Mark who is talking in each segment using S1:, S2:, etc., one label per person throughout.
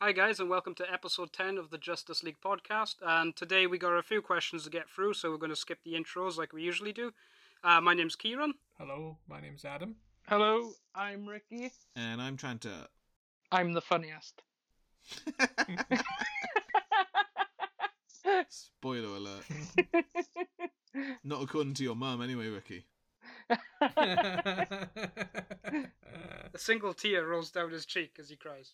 S1: Hi, guys, and welcome to episode 10 of the Justice League podcast. And today we got a few questions to get through, so we're going to skip the intros like we usually do. Uh, my name's Kieran.
S2: Hello, my name's Adam.
S3: Hello, I'm Ricky.
S4: And I'm trying to.
S3: I'm the funniest.
S4: Spoiler alert. Not according to your mum, anyway, Ricky.
S1: A single tear rolls down his cheek as he cries.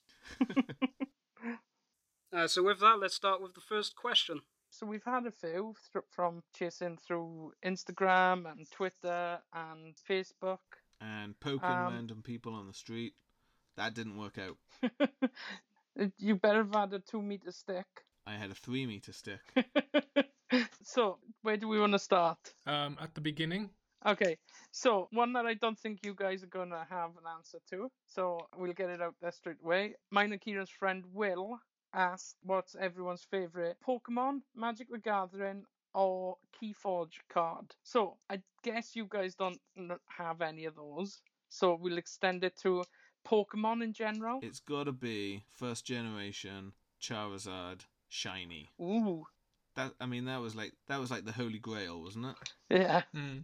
S1: uh, so, with that, let's start with the first question.
S3: so we've had a few thr from chasing through Instagram and Twitter and Facebook.
S4: and poking
S3: Um,
S4: random people on the street. That didn't work out.
S3: You better have had a two meter stick.
S4: I had a three meter stick.
S3: so where do we want to start?
S2: um, at the beginning,
S3: Okay, so one that I don't think you guys are gonna have an answer to, so we'll get it out there straight away. Mine and Kieran's friend Will asked, "What's everyone's favorite Pokemon, Magic the Gathering, or Keyforge card?" So I guess you guys don't n- have any of those, so we'll extend it to Pokemon in general.
S4: It's gotta be first generation Charizard shiny.
S3: Ooh,
S4: That I mean, that was like that was like the holy grail, wasn't it?
S3: yeah,
S4: Hmm.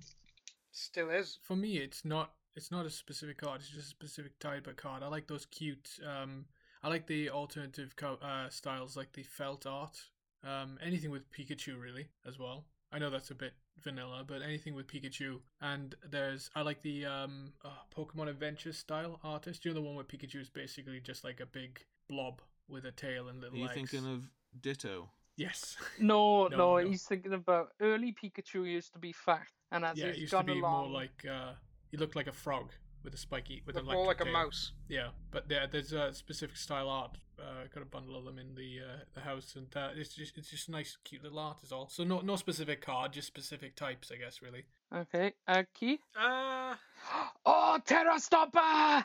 S1: Still is.
S2: for me, it's not it's not a specific card. It's just a specific type of card. I like those cute. Um, I like the alternative co- uh, styles, like the felt art. Um, anything with Pikachu, really, as well. I know that's a bit vanilla, but anything with Pikachu. And there's I like the um, uh, Pokemon Adventure style artist. You know the one where Pikachu is basically just like a big blob with a tail and
S4: Are
S2: little
S4: you
S2: legs.
S4: thinking of Ditto?
S2: Yes.
S3: no, no,
S2: No, no.
S3: he's thinking about early Pikachu used to be fat, and as
S2: yeah,
S3: he's
S2: it used to
S3: gone
S2: be
S3: along,
S2: more like uh, you look like a frog with a spiky with an
S1: More like a
S2: electric tail.
S1: mouse.
S2: Yeah, but yeah, there's a specific style art. Uh, got a bundle of them in the uh, the house, and uh, it's just it's just nice, cute little art is all. So no no specific card, just specific types, I guess. Really,
S3: okay, uh, Key.
S1: Uh,
S3: Oh, Terra Stopper!
S1: I,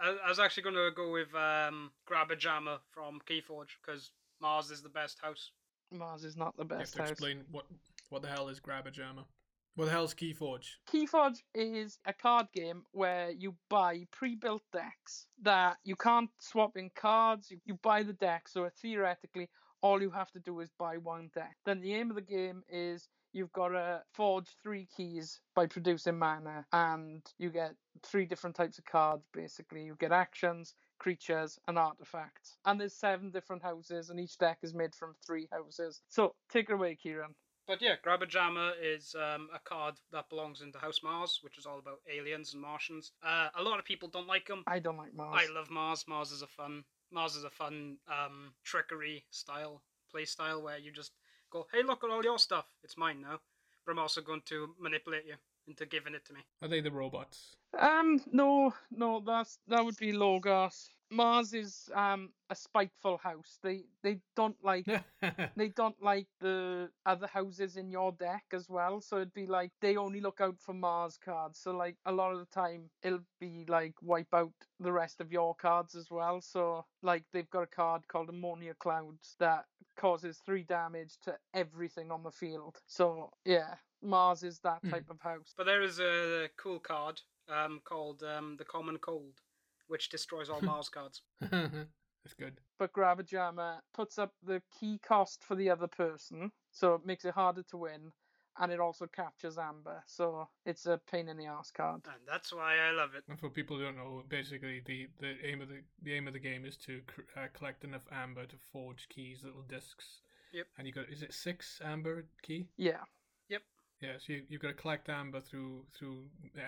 S1: I I was actually going to go with um, Grab a Jammer from Keyforge because Mars is the best house.
S3: Mars is not the
S2: you have
S3: best
S2: to
S3: house.
S2: explain what what the hell is Grabber Jammer. What the hell's Keyforge?
S3: Keyforge is a card game where you buy pre-built decks that you can't swap in cards. You, you buy the deck, so theoretically, all you have to do is buy one deck. Then the aim of the game is you've got to forge three keys by producing mana, and you get three different types of cards. Basically, you get actions, creatures, and artifacts. And there's seven different houses, and each deck is made from three houses. So take it away, Kieran.
S1: But yeah, Grab a Jammer is um, a card that belongs in the House Mars, which is all about aliens and Martians. Uh, a lot of people don't like them.
S3: I don't like Mars.
S1: I love Mars. Mars is a fun Mars is a fun um, trickery style play style where you just go, "Hey, look at all your stuff. It's mine now." But I'm also going to manipulate you into giving it to me.
S2: Are they the robots?
S3: Um, no, no, that's that would be Logos. Mars is um a spiteful house. They they don't like they don't like the other houses in your deck as well. So it'd be like they only look out for Mars cards. So like a lot of the time it'll be like wipe out the rest of your cards as well. So like they've got a card called Ammonia Clouds that causes three damage to everything on the field. So yeah, Mars is that type of house.
S1: But there is a cool card um, called um, the Common Cold, which destroys all Mars cards.
S2: that's good.
S3: but grab a jammer puts up the key cost for the other person, so it makes it harder to win, and it also captures amber, so it's a pain in the ass card.
S1: And that's why I love it.
S2: And for people who don't know, basically the, the aim of the the aim of the game is to cr- uh, collect enough amber to forge keys, little discs.
S1: Yep.
S2: And you got is it six amber key?
S3: Yeah,
S1: Yep.
S2: Yeah. So you you've got to collect amber through through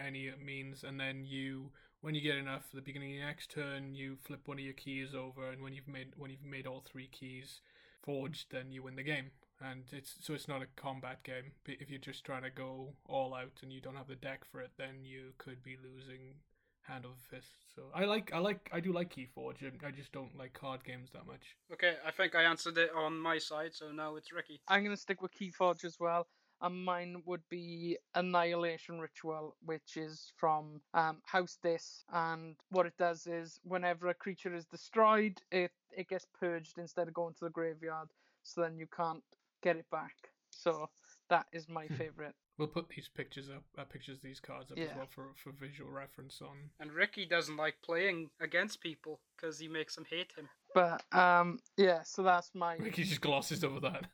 S2: any means, and then you when you get enough at the beginning of your next turn, you flip one of your keys over, and when you've made when you've made all three keys forged, then you win the game. And it's so it's not a combat game. But If you're just trying to go all out and you don't have the deck for it, then you could be losing hand over fist. So I like I like I do like Keyforge. I- I just don't like card games that much.
S1: Okay, I think I answered it on my side, so now it's Ricky.
S3: I'm gonna stick with Keyforge as well, and mine would be Annihilation Ritual, which is from um, House This, and what it does is whenever a creature is destroyed, it it gets purged instead of going to the graveyard, so then you can't get it back. So that is my favorite.
S2: We'll put these pictures up, uh, pictures of these cards up as
S3: Yeah.
S2: well for, for visual reference on.
S1: And Ricky doesn't like playing against people because he makes them hate him.
S3: But um, yeah. So that's my.
S2: Ricky just glosses over that.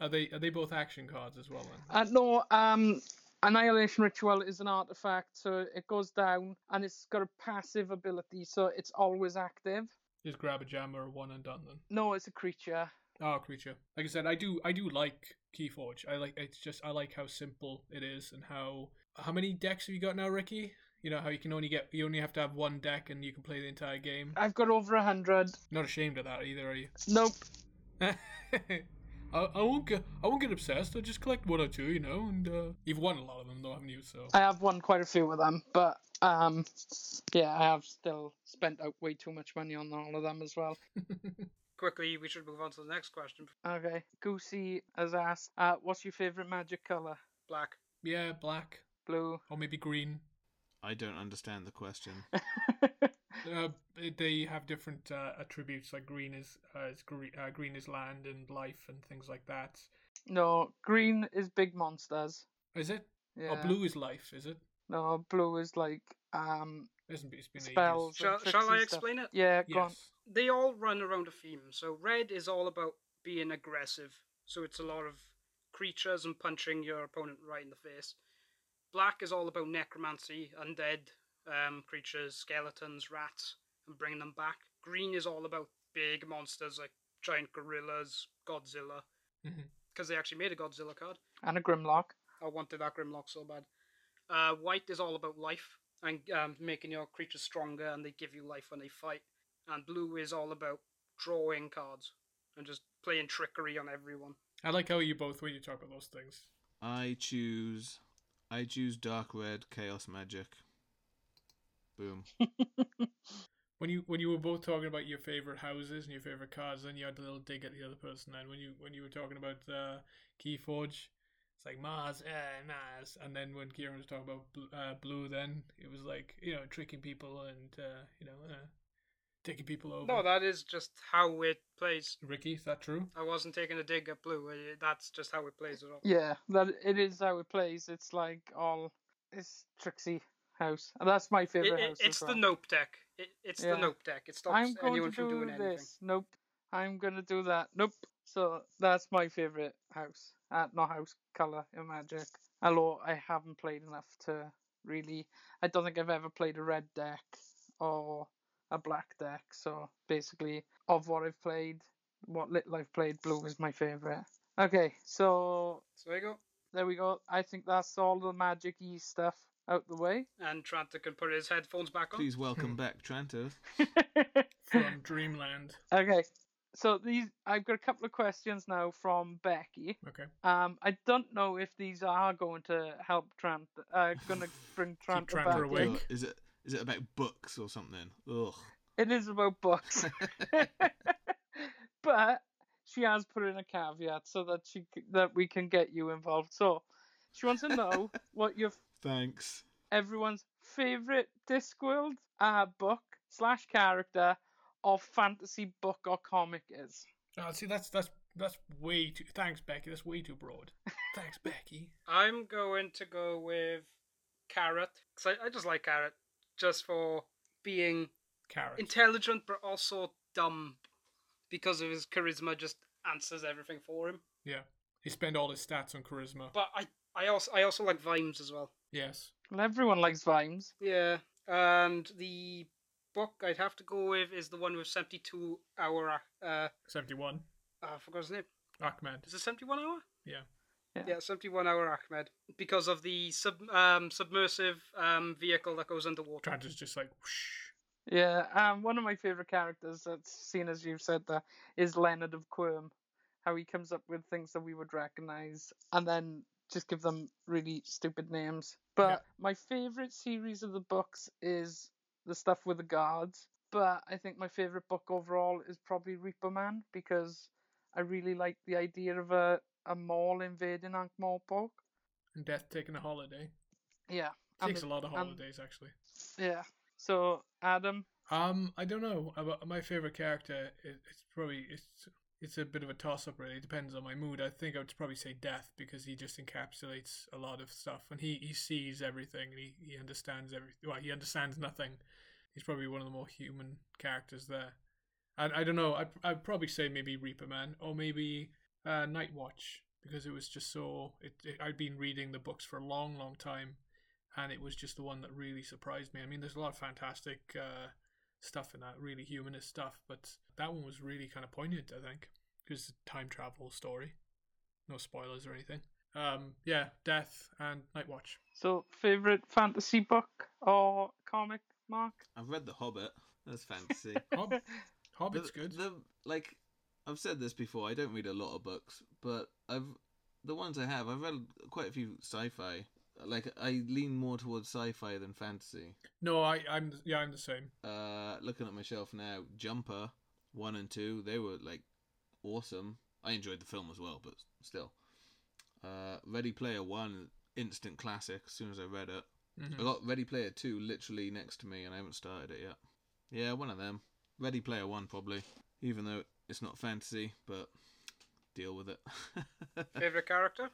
S2: are they are they both action cards as well? Then?
S3: Uh, no, um, Annihilation Ritual is an artifact, so it goes down and it's got a passive ability, so it's always active.
S2: Just grab a jam or a one and done then.
S3: No, it's a creature.
S2: Oh, creature. Like I said, I do I do like Keyforge. I like it's just I like how simple it is and how how many decks have you got now, Ricky? You know how you can only get you only have to have one deck and you can play the entire game.
S3: I've got over a hundred.
S2: Not ashamed of that either, are you?
S3: Nope.
S2: I, I won't get I won't get obsessed. I just collect one or two, you know. And uh, you've won a lot of them though, haven't you? So
S3: I have won quite a few of them, but um, yeah, I have still spent out way too much money on all of them as well.
S1: Quickly, we should move on to the next question.
S3: Okay, Goosey has asked, uh, "What's your favorite magic color?"
S1: Black.
S2: yeah, black
S3: Blue.
S2: or maybe green.
S4: I don't understand the question.
S2: Uh, they have different uh, attributes. Like green is uh, is green, uh, green is land and life and things like that.
S3: no, green is big monsters.
S2: Is it?
S3: Yeah.
S2: Or blue is life? Is it?
S3: No, blue is like um
S2: Hasn't been- it's been
S3: spells.
S1: Shall,
S3: and tricks
S1: shall I
S3: and stuff.
S1: explain it?
S3: Yeah,
S2: Ages.
S3: go on.
S2: Yes.
S1: They all run around a theme. So red is all about being aggressive. So it's a lot of creatures and punching your opponent right in the face. Black is all about necromancy, undead um, creatures, skeletons, rats, and bringing them back. Green is all about big monsters like giant gorillas, Godzilla,
S2: Mhm.
S1: because they actually made a Godzilla card.
S3: And a Grimlock.
S1: I wanted that Grimlock so bad. Uh, white is all about life and um, making your creatures stronger, and they give you life when they fight. And blue is all about drawing cards and just playing trickery on everyone.
S2: I like how you both when you talk about those things.
S4: I choose. I choose dark red chaos magic. Boom.
S2: When you when you were both talking about your favorite houses and your favorite cars, then you had a little dig at the other person. Then when you when you were talking about uh, Keyforge, it's like Mars, eh, Mars. And then when Kieran was talking about bl- uh, Blue, then it was like you know tricking people and uh, you know uh, taking people over.
S1: No,
S3: Mm-hmm.
S1: that is just how it plays.
S2: Ricky, is that true?
S1: I wasn't taking a dig at blue. uh, That's just how it plays at all.
S3: Yeah, that it is how it plays. It's like all it's Trixie House. And that's my
S1: It-
S3: favourite
S1: it-
S3: house.
S1: it's the
S3: as well.
S1: nope deck. It, it's
S3: Yeah.
S1: the nope deck. It stops
S3: I'm going
S1: anyone
S3: to
S1: from
S3: do
S1: doing
S3: this.
S1: anything.
S3: Nope. I'm gonna do that. Nope. So that's my favourite house. Uh, not house colour in magic. Although I haven't played enough to really I don't think I've ever played a red deck or a black deck, so basically of what I've played, what little I've played, blue is my favourite. Okay, so
S1: So there you go.
S3: there we go. I think that's all the magic y stuff out the way.
S1: And Tranta can put his headphones back on.
S4: Please welcome back Tranto.
S2: From Dreamland.
S3: okay. So these I've got a couple of questions now from Becky.
S2: Okay.
S3: Um I don't know if these are going to help Trant uh gonna bring Trant
S2: Trant
S3: back.
S2: away.
S3: in.
S2: Wink.
S4: Is it? Is it about books or something? Ugh.
S3: It is about books. but she has put in a caveat so that she c- that we can get you involved. So she wants to know what your
S4: Thanks.
S3: everyone's favorite Discworld uh, book slash character or fantasy book or comic is.
S2: Oh, see, that's that's that's way too. Thanks, Becky. That's way too broad. Thanks, Becky.
S1: I'm going to go with Carrot. Because I, I just like Carrot. Just for being
S2: Carrot.
S1: intelligent but also dumb. Because of his charisma just answers everything for him.
S2: yeah, he spent all his stats on charisma.
S1: But I, I also I also like Vimes as well.
S2: yes.
S3: Well, everyone likes Vimes.
S1: Yeah. And the book I'd have to go with is the one with 72 hour. Uh, uh, ah,
S2: Seventy-one.
S1: I forgot his name.
S2: Ahmed.
S1: Is it 71 hour?
S2: Yeah.
S1: Yeah, 71 hour Ahmed. Because of the sub, um, submersive um, vehicle that goes underwater.
S2: Trant is just like, whoosh.
S3: Yeah, um, one of my favorite characters that's seen as you've said that is Leonard of Quirm. How he comes up with things that we would recognize and then just give them really stupid names. But
S2: Yeah.
S3: my favorite series of the books is the stuff with the guards. But I think my favorite book overall is probably Reaper Man because I really like the idea of a, a mall invading Ankh Morpork.
S2: and Death taking a holiday.
S3: Yeah. and
S2: Takes a
S3: the-
S2: lot of
S3: and-
S2: holidays, actually.
S3: yeah. So, Adam,
S2: uh, Um, I don't know. About my favorite character, it, it's probably it's it's a bit of a toss up, really. It depends on my mood. I think I would probably say death because he just encapsulates a lot of stuff and he, he sees everything and he, he understands everything. Well, he understands nothing. He's probably one of the more human characters there. I, I don't know. I, I'd probably say maybe Reaper Man or maybe uh, Night Watch because it was just so. It, it, I'd been reading the books for a long, long time and it was just the one that really surprised me. I mean, there's a lot of fantastic uh, stuff in that, really humanist stuff, but that one was really kind of poignant, I think, because it's a time travel story. No spoilers or anything. Um, yeah, Death and Night Watch.
S3: So, favorite fantasy book or comic, Mark?
S4: I've read The Hobbit. That's fantasy.
S2: Hob- Hobbit's
S4: The-
S2: good.
S4: the- like I've said this before, I don't read a lot of books, but I've the ones I have, I've read quite a few sci-fi. Like I lean more towards sci-fi than fantasy.
S2: No, I, I'm yeah, I'm the same.
S4: Uh, looking at my shelf now, Jumper one and two, they were like awesome. I enjoyed the film as well, but still. Uh, Ready Player One, instant classic. As soon as I read it,
S2: Mhm.
S4: I got Ready Player Two literally next to me, and I haven't started it yet. Yeah, one of them. Ready Player One, probably. Even though it's not fantasy, but deal with it.
S1: Favorite character?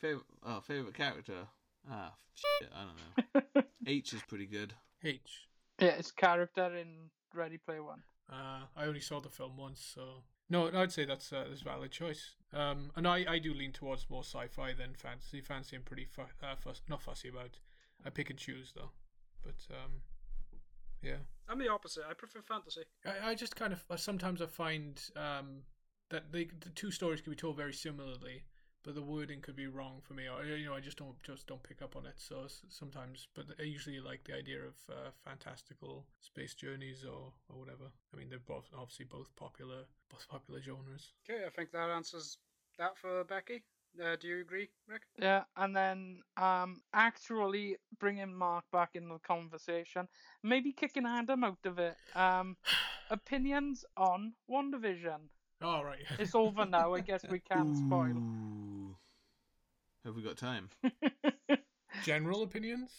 S4: favorite, oh, favorite character. Ah, shit, I don't know. H is pretty good.
S2: H.
S3: Yeah, it's character in Ready Player One.
S2: Uh, I only saw the film once, so no, I'd say that's uh, that's a valid choice. Um, and I, I do lean towards more sci-fi than fantasy. Fantasy, I'm pretty fu- uh, fuss- not fussy about. I pick and choose though, but um, yeah.
S1: I'm the opposite. I prefer fantasy.
S2: I, I just kind of uh, sometimes I find um, that they, the two stories can be told very similarly, but the wording could be wrong for me, or you know, I just don't just don't pick up on it. So s- sometimes, but I usually like the idea of uh, fantastical space journeys or or whatever. I mean, they're both obviously both popular, both popular genres.
S1: Okay, I think that answers that for Becky. Uh, do you agree, Rick?
S3: Yeah, and then um, actually bringing Mark back in the conversation, maybe kicking Adam out of it. Um, opinions on WandaVision.
S2: All right.
S3: It's over now. I guess we can spoil.
S4: Ooh. Have we got time?
S2: General opinions.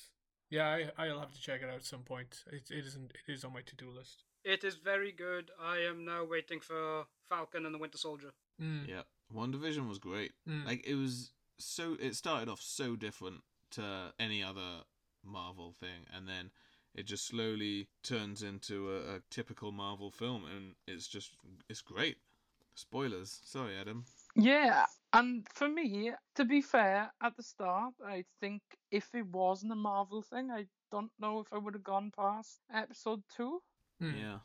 S2: Yeah, I, I'll have to check it out at some point. It, it isn't. It is on my to do list.
S1: It is very good. I am now waiting for Falcon and the Winter Soldier.
S2: Mm,
S4: yeah. One Division was great.
S3: Hmm.
S2: mm.
S4: Like it was so it started off so different to any other Marvel thing and then it just slowly turns into a, a typical Marvel film and it's just it's great. Spoilers. Sorry, Adam.
S3: Yeah, and for me, to be fair, at the start, I think if it wasn't a Marvel thing, I don't know if I would have gone past episode two.
S2: mm.
S4: Yeah.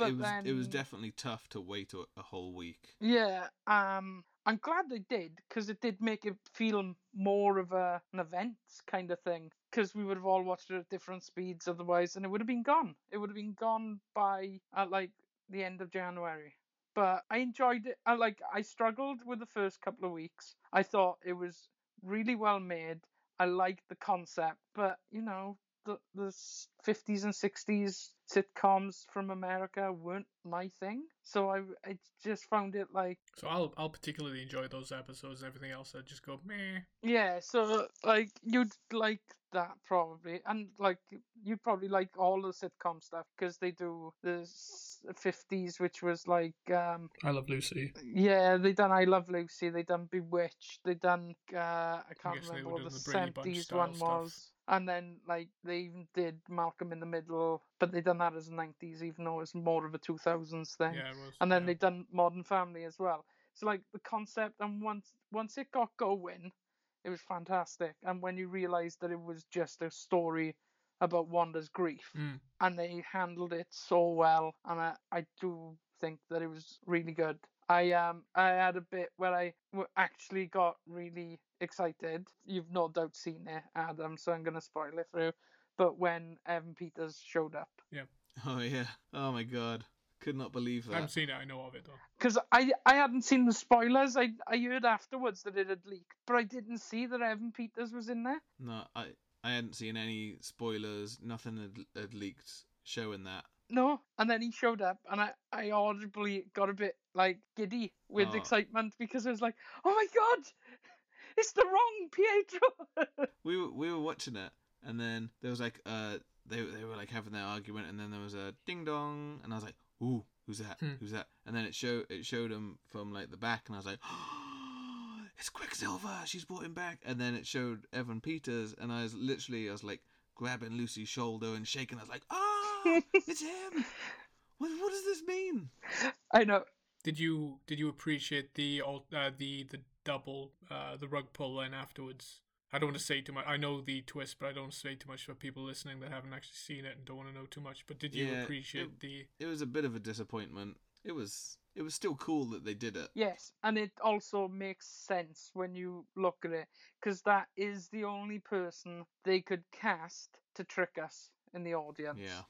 S3: Hmm. But
S4: it was it was
S3: then-
S4: definitely tough to wait a, a whole week.
S3: Yeah, um, I'm glad they did because it did make it feel more of a, an event kind of thing. Because we would have all watched it at different speeds otherwise, and it would have been gone. It would have been gone by at like the end of January. But I enjoyed it. I like I struggled with the first couple of weeks. I thought it was really well made. I liked the concept, but you know the the s- 50s and 60s sitcoms from America weren't my thing. So I I just found it like
S2: So I'll I'll particularly enjoy those episodes. Everything else, I just go meh.
S3: yeah, so like you'd like that probably, and like you'd probably like all the sitcom stuff because they do the s- 50s, which was like um
S2: I love Lucy.
S3: yeah they done I Love Lucy, they done Bewitched, they done uh I can't
S2: guess they
S3: remember
S2: were
S3: what the
S2: doing the Brady Bunch
S3: 70s
S2: style
S3: one
S2: stuff.
S3: was, and then like they even did Malcolm in the Middle, but they done that as 90s, even though it's more of a 2000s thing
S2: Yeah, it was.
S3: and then
S2: yeah.
S3: they've done Modern Family as well. So like the concept, and once once it got going, it was fantastic. And when you realised that it was just a story about Wanda's grief,
S2: Mm.
S3: and they handled it so well, and I, I do think that it was really good. I um I had a bit where I w- actually got really excited. You've no doubt seen it, Adam, so I'm gonna spoil it for you. But when Evan Peters showed up,
S4: Oh yeah. Oh my god. Could not believe
S2: I
S4: that.
S2: haven't seen it. I know of it though.
S3: because I, I hadn't seen the spoilers. I I heard afterwards that it had leaked, but I didn't see that Evan Peters was in there.
S4: No, I I hadn't seen any spoilers. Nothing had, had leaked showing that.
S3: No, and then he showed up, and I, I audibly got a bit like giddy with
S4: Oh.
S3: excitement because I was like, oh my god, it's the wrong Pietro.
S4: We were we were watching it, and then there was like uh they they were like having their argument, and then there was a ding dong, and I was like, ooh, who's that?
S2: Hmm.
S4: Who's that? And then it show it showed him from like the back, and I was like, it's Quicksilver. She's brought him back. And then it showed Evan Peters, and I was literally I was like grabbing Lucy's shoulder and shaking. I was like, ah, it's him. What, what does this mean?
S3: I know.
S2: Did you did you appreciate the al- uh, the the double uh, the rug pull then afterwards? I don't want to say too much. I know the twist, but I don't want to say too much for people listening that haven't actually seen it and don't want to know too much. But did you
S4: Yeah,
S2: appreciate
S4: it-
S2: the?
S4: It was a bit of a disappointment. It was it was still cool that they did it.
S3: Yes, and it also makes sense when you look at it, because that is the only person they could cast to trick us in the audience.
S4: Yeah.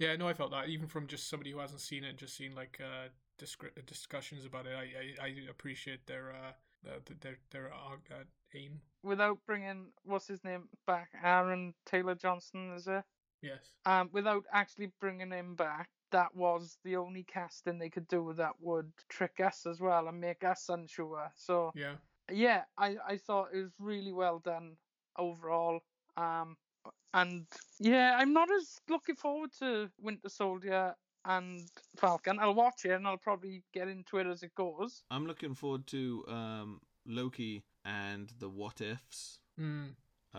S2: Yeah, no, I felt that even from just somebody who hasn't seen it, just seen like uh, discri- discussions about it. I I, I appreciate their uh, their their, their arg- uh, aim.
S3: Without bringing what's his name back, Aaron Taylor Johnson is it?
S2: Yes.
S3: Um, without actually bringing him back, that was the only casting they could do that would trick us as well and make us unsure. So
S2: Yeah.
S3: yeah, I, I thought it was really well done overall. Um, and yeah, I'm not as looking forward to Winter Soldier and Falcon. I'll watch it and I'll probably get into it as it goes.
S4: I'm looking forward to um, Loki and the What Ifs. Uh,
S2: Mm.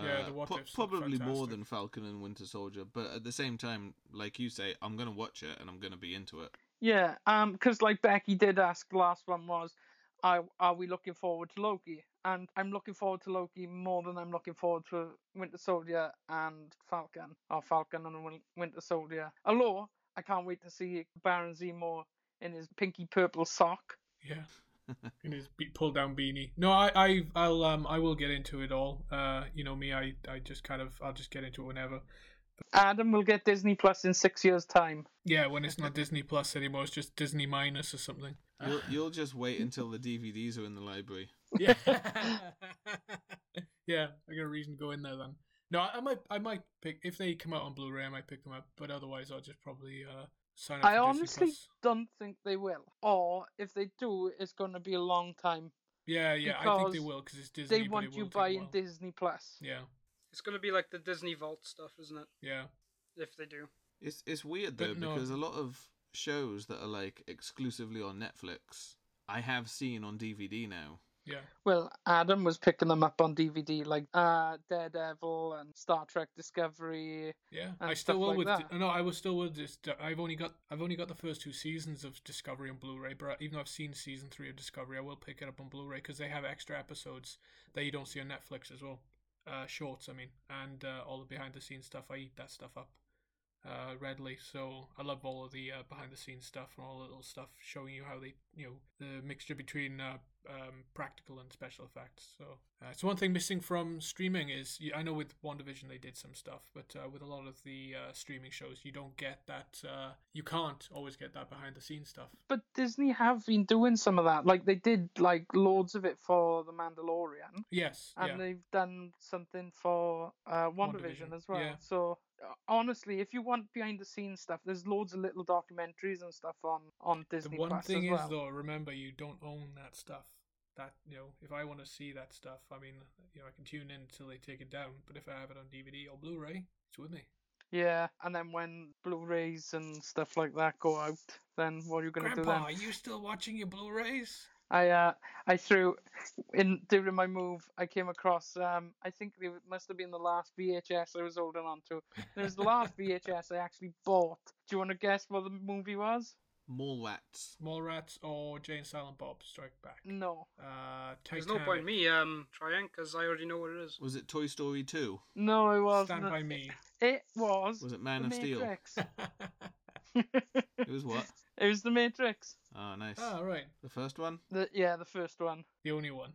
S2: Yeah, the What Ifs look
S4: probably more
S2: fantastic.
S4: than Falcon and Winter Soldier, but at the same time, like you say, I'm gonna watch it and I'm gonna be into it.
S3: Yeah, um, because like Becky did ask, the last one was, are are we looking forward to Loki? And I'm looking forward to Loki more than I'm looking forward to Winter Soldier and Falcon, or Falcon and Win- Winter Soldier. Although I can't wait to see Baron Zemo in his pinky purple sock.
S2: Yeah. In his be- pull down beanie. No, I, I, I'll, um, I will get into it all. Uh, you know me, I, I just kind of, I'll just get into it whenever.
S3: Adam will get Disney Plus in six years' time.
S2: Yeah, when it's not Disney Plus anymore, it's just Disney minus or something.
S4: You'll, you'll just wait until the DVDs are in the library.
S2: yeah, yeah. I got a reason to go in there then. No, I, I might, I might pick if they come out on Blu-ray, I might pick them up. But otherwise, I'll just probably uh, sign up.
S3: I
S2: for Disney
S3: honestly
S2: Plus.
S3: don't think they will. Or if they do, it's going to be a long time.
S2: yeah, yeah. I think they
S3: because
S2: will because it's Disney.
S3: they
S2: but
S3: want
S2: it
S3: you
S2: will take a
S3: buying
S2: while.
S3: Disney Plus.
S2: Yeah,
S1: It's gonna be like the Disney Vault stuff, isn't it?
S2: yeah.
S1: If they do.
S4: It's it's weird
S2: But
S4: though
S2: no.
S4: because a lot of shows that are like exclusively on Netflix, I have seen on DVD now.
S2: Yeah,
S3: Well, Adam was picking them up on DVD, like uh, Daredevil and Star Trek Discovery.
S2: yeah.
S3: And
S2: I still
S3: stuff
S2: will
S3: like
S2: with
S3: that.
S2: no, I will still with this. I've only got I've only got the first two seasons of Discovery on Blu-ray, but even though I've seen season three of Discovery, I will pick it up on Blu-ray because they have extra episodes that you don't see on Netflix as well. Uh, shorts, I mean, and uh, all the behind-the-scenes stuff. I eat that stuff up uh, readily, so I love all of the uh, behind-the-scenes stuff and all the little stuff showing you how they, you know, the mixture between uh, um, practical and special effects. So uh, it's one thing missing from streaming is you- I know with WandaVision they did some stuff, but uh, with a lot of the uh, streaming shows you don't get that. Uh, you can't always get that behind-the-scenes stuff.
S3: But Disney have been doing some of that. Like they did, like loads of it for The Mandalorian,
S2: Yes,
S3: and
S2: yeah.
S3: they've done something for uh, WandaVision
S2: WandaVision,
S3: as well.
S2: yeah.
S3: So uh, honestly, if you want behind the scenes stuff, there's loads of little documentaries and stuff on on Disney
S2: the one
S3: Plus
S2: thing
S3: as well.
S2: is though remember you don't own that stuff that you know if i want to see that stuff i mean you know i can tune in until they take it down but if i have it on dvd or blu-ray it's with me
S3: Yeah, and then when Blu-rays and stuff like that go out, then what are you gonna do then?
S2: grandpa are you still watching your blu-rays
S3: I uh, I threw in during my move. I came across. Um, I think it must have been the last VHS I was holding on to. It was the last VHS I actually bought. Do you want to guess what the movie was?
S4: Mallrats.
S2: small rats or jane silent bob strike back
S3: No,
S2: uh
S1: There's no point in me um trying because I already know what it is.
S4: Was it Toy Story two?
S3: no, it wasn't.
S2: stand by me
S3: It was.
S4: Was it Man
S3: the
S4: of Steel?
S3: Matrix.
S4: It was what?
S3: it was the Matrix.
S4: Oh, nice.
S2: ah right
S4: The first one.
S3: The, yeah, the first one.
S2: the only one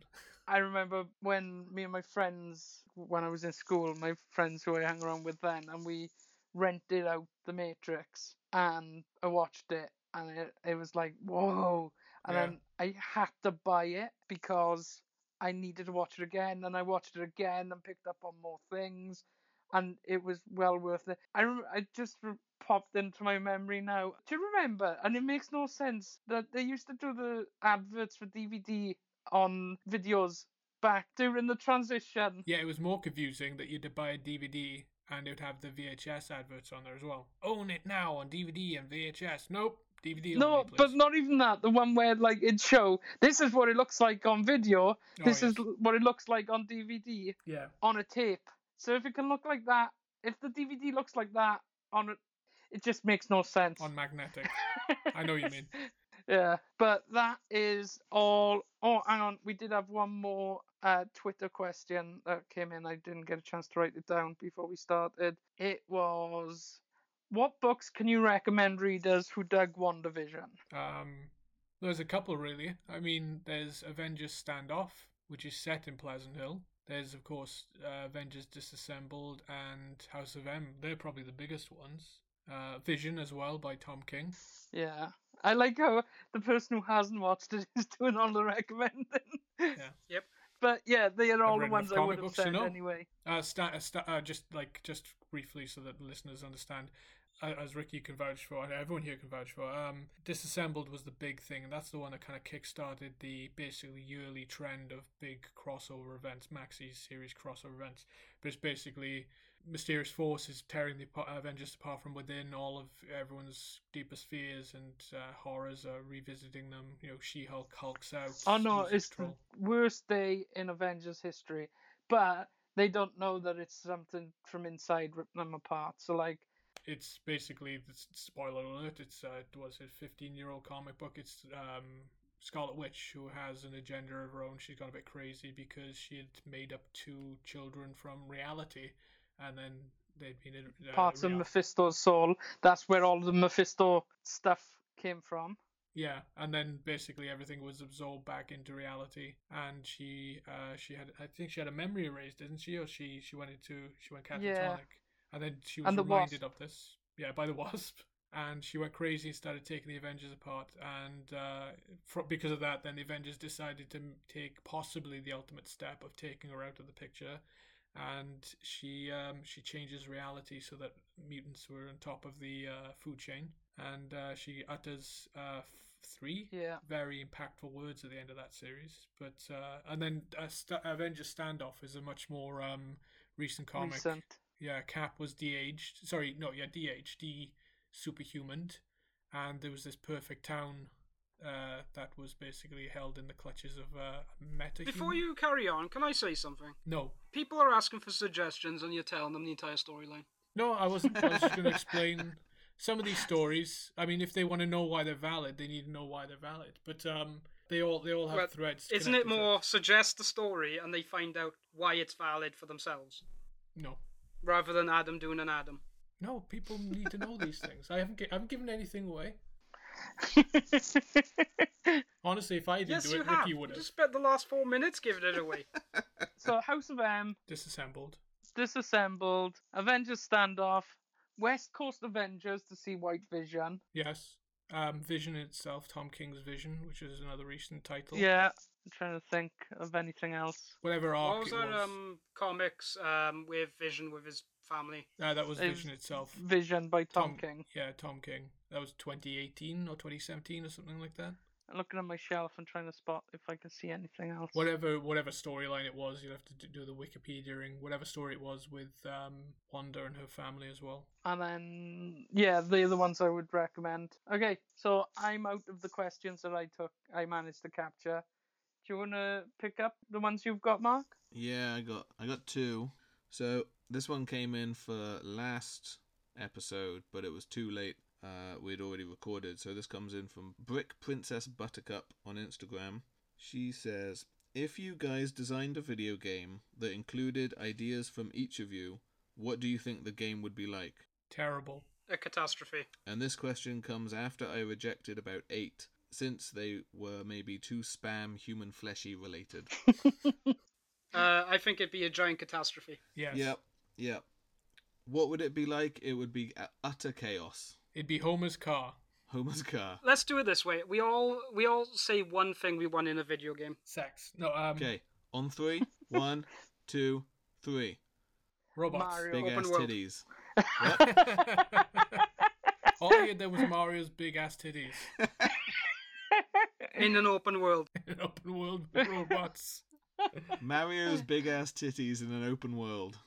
S3: I remember when me and my friends, when I was in school, my friends who I hung around with then, and we rented out The Matrix, and I watched it, and it, it was like, whoa. And
S2: Yeah.
S3: then I had to buy it because I needed to watch it again, and I watched it again and picked up on more things, and it was well worth it. I, rem- I just re- popped into my memory now. Do you remember? And it makes no sense that they used to do the adverts for DVD on videos back during the transition.
S2: yeah it was more confusing that you had to buy a dvd and it would have the vhs adverts on there as well own it now on dvd and vhs nope DVD.
S3: no,
S2: only, please.
S3: but not even that. The one where like it show this is what it looks like on video.
S2: Oh,
S3: this
S2: yes.
S3: is what it looks like on DVD
S2: yeah.
S3: on a tape. So if it can look like that, if the DVD looks like that on it, it just makes no sense.
S2: on magnetic. I know what you mean.
S3: Yeah, but that is all. Oh, hang on, we did have one more uh, Twitter question that came in. I didn't get a chance to write it down before we started. It was, what books can you recommend readers who dug WandaVision?
S2: Um, there's a couple really. I mean, there's Avengers Standoff, which is set in Pleasant Hill. There's of course uh, Avengers Disassembled and House of M. They're probably the biggest ones. Uh, Vision as well by Tom King.
S3: Yeah, I like how the person who hasn't watched it is doing all the recommending. Yeah.
S1: Yep.
S3: But yeah, they are all
S2: read
S3: the
S2: enough
S3: ones I
S2: comic
S3: would have
S2: books to
S3: said
S2: know.
S3: anyway.
S2: Uh, sta- uh, sta- uh, just like just briefly, so that the listeners understand. Uh, as Ricky can vouch for, and everyone here can vouch for. Um, Disassembled was the big thing, and that's the one that kind of kickstarted the basically yearly trend of big crossover events, maxi series crossover events. But it's basically mysterious forces tearing the apa- Avengers apart from within. All of everyone's deepest fears and uh, horrors are revisiting them. You know, She-Hulk hulks out.
S3: Oh no,
S2: loses
S3: it's the
S2: control.
S3: worst day in Avengers history. But they don't know that it's something from inside ripping them apart. So like,
S2: it's basically it's, spoiler alert. It's uh, was a fifteen-year-old comic book. It's um, Scarlet Witch who has an agenda of her own. She's gone a bit crazy because she had made up two children from reality, and then they'd been uh,
S3: parts of
S2: real-
S3: Mephisto's soul. That's where all the Mephisto stuff came from.
S2: Yeah, and then basically everything was absorbed back into reality, and she uh, she had I think she had a memory erased, didn't she? Or she she went into she went catatonic,
S3: Yeah.
S2: and then she was
S3: And the
S2: reminded
S3: wasp.
S2: of this. Yeah, by the wasp, and she went crazy and started taking the Avengers apart, and uh, fro- because of that, then the Avengers decided to m- take possibly the ultimate step of taking her out of the picture, and she um, she changes reality so that mutants were on top of the uh, food chain, and uh, she utters uh, f- three
S3: Yeah.
S2: very impactful words at the end of that series. But uh, and then uh, St- Avengers Standoff is a much more um, recent comic.
S3: Recent.
S2: Yeah, Cap was de-aged. Sorry, no, yeah, de-aged, de superhuman, and there was this perfect town. Uh, that was basically held in the clutches of uh, meta.
S1: Before you carry on, can I say something?
S2: no,
S1: People are asking for suggestions, and you're telling them the entire storyline.
S2: No, I was, I was just going to explain some of these stories. I mean, if they want to know why they're valid, they need to know why they're valid. But um, they all they all have
S1: Well,
S2: threads.
S1: Isn't it
S2: connected to
S1: more suggest the story and they find out why it's valid for themselves,
S2: No,
S1: rather than Adam doing an Adam?
S2: no. People need to know these things. I haven't gi- I haven't given anything away. Honestly, if I didn't
S1: yes,
S2: do
S1: you
S2: it,
S1: have.
S2: Ricky
S1: You
S2: would have
S1: just spent the last four minutes giving it away.
S3: so House of M,
S2: disassembled.
S3: Disassembled, Avengers Standoff, West Coast Avengers to see White Vision.
S2: Yes. Um, Vision itself, Tom King's Vision, which is another recent title.
S3: Yeah, I'm trying to think of anything else.
S2: Whatever arc
S1: what was
S2: Oh, it
S1: that
S2: was.
S1: um, comics um, with Vision with his family?
S2: Uh, that was
S3: It
S2: Vision itself.
S3: Vision by Tom, King.
S2: Yeah, Tom King. That was 2018 or 2017 or something like that.
S3: I'm looking at my shelf and trying to spot if I can see anything else.
S2: whatever whatever storyline it was, you'd have to d- do the Wikipediaing. Whatever story it was with um, Wanda and her family as well.
S3: And then, yeah, they're the ones I would recommend. Okay, so I'm out of the questions that I took, I managed to capture. Do you want to pick up the ones you've got, Mark?
S4: Yeah, I got I got two. So this one came in for last episode, but it was too late. Uh, we'd already recorded. So this comes in from Brick Princess Buttercup on Instagram. She says, "If you guys designed a video game that included ideas from each of you, what do you think the game would be like?"
S2: Terrible.
S1: A catastrophe.
S4: And this question comes after I rejected about eight, since they were maybe too spam human fleshy related.
S1: Uh, I think it'd be a giant catastrophe.
S2: Yes.
S4: Yep, yep. What would it be like? It would be a- utter chaos.
S2: It'd be Homer's car.
S4: Homer's car.
S1: Let's do it this way. We all we all say one thing we want in a video game.
S2: Sex. No. Um.
S4: Okay, on three. One, two, three.
S2: Robots.
S3: Mario.
S4: Big
S1: Open
S4: ass
S1: world.
S4: titties.
S2: All I had Oh, there was Mario's big ass titties.
S1: In an open world.
S2: An open world with robots
S4: Mario's big ass titties in an open world.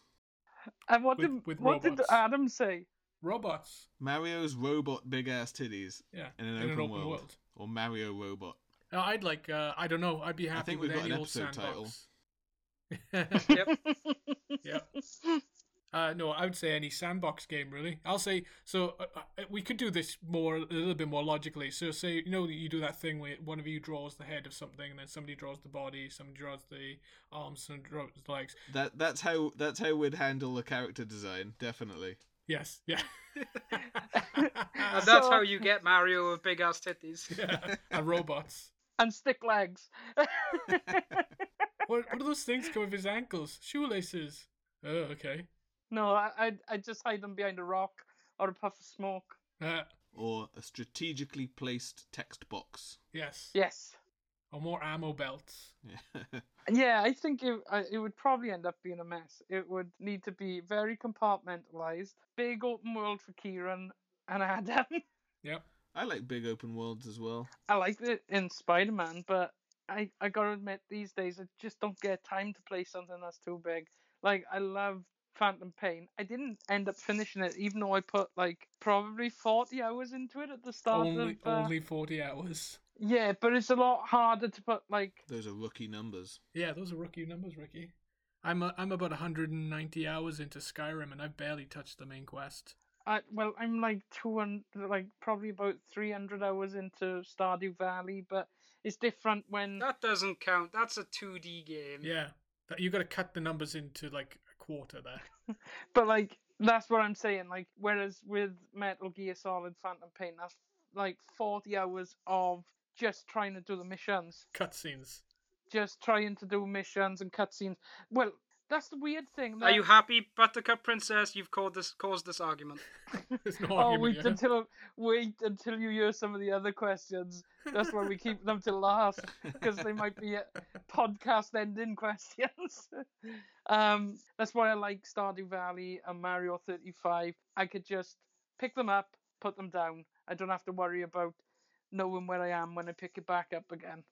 S3: And what
S2: With-
S3: did
S2: with
S3: what did
S2: robots.
S3: Adam say?
S2: robots.
S4: Mario's robot big ass titties
S2: Yeah,
S4: in an, open, world. or Mario robot.
S2: Now, I'd like. Uh, I don't know. I'd be happy
S4: think
S2: with
S4: we've got
S2: any
S4: an
S2: old
S4: episode
S2: sandbox.
S3: yep.
S2: uh, no, I would say any sandbox game really. I'll say so. Uh, uh, we could do this more a little bit more logically. So say you know you do that thing where one of you draws the head of something, and then somebody draws the body, somebody draws the arms, and draws the legs.
S4: That that's how that's how we'd handle the character design, definitely.
S2: Yes, yeah.
S1: And that's
S3: So-
S1: how you get Mario with big ass titties.
S2: yeah. And robots.
S3: And stick legs.
S2: What, what are those things come with his ankles? Shoelaces. Oh, okay.
S3: no, I, I'd, I'd just hide them behind a rock or a puff of smoke.
S2: Uh,
S4: Or a strategically placed text box.
S2: yes.
S3: Yes.
S2: Or more ammo belts.
S4: Yeah.
S3: Yeah, I think it, I- it would probably end up being a mess. It would need to be very compartmentalized, big open world for Kieran and Adam.
S2: Yep.
S4: I like big open worlds as well.
S3: I liked it in Spider Man, but I, I gotta admit, these days I just don't get time to play something that's too big. Like, I love Phantom Pain. I didn't end up finishing it, even though I put like probably 40 hours into it at the start
S2: Only,
S3: of. Uh,
S2: only 40 hours.
S3: Yeah, but it's a lot harder to put like.
S4: Those are rookie numbers.
S2: Yeah, those are rookie numbers, Ricky. I'm a, I'm about 190 hours into Skyrim and I've barely touched the main quest.
S3: I, well, I'm like 200, like probably about 300 hours into Stardew Valley, but it's different when.
S1: That doesn't count. That's a 2D game.
S2: Yeah. That you got to cut the numbers into like a quarter there.
S3: But like, that's what I'm saying. Like, whereas with Metal Gear Solid Phantom Pain, that's like 40 hours of just trying to do the missions,
S2: Cutscenes.
S3: just trying to do missions and cutscenes. Well, that's the weird thing.
S1: Are
S3: that-
S1: you happy, Buttercup Princess? You've caused this caused this argument.
S2: There's no
S3: Oh,
S2: argument.
S3: wait
S2: yeah.
S3: until wait until you hear some of the other questions. That's why we keep them till last because they might be uh, podcast ending questions. um, that's why I like Stardew Valley and Mario 35. I could just pick them up, put them down. I don't have to worry about knowing where I am when I pick it back up again.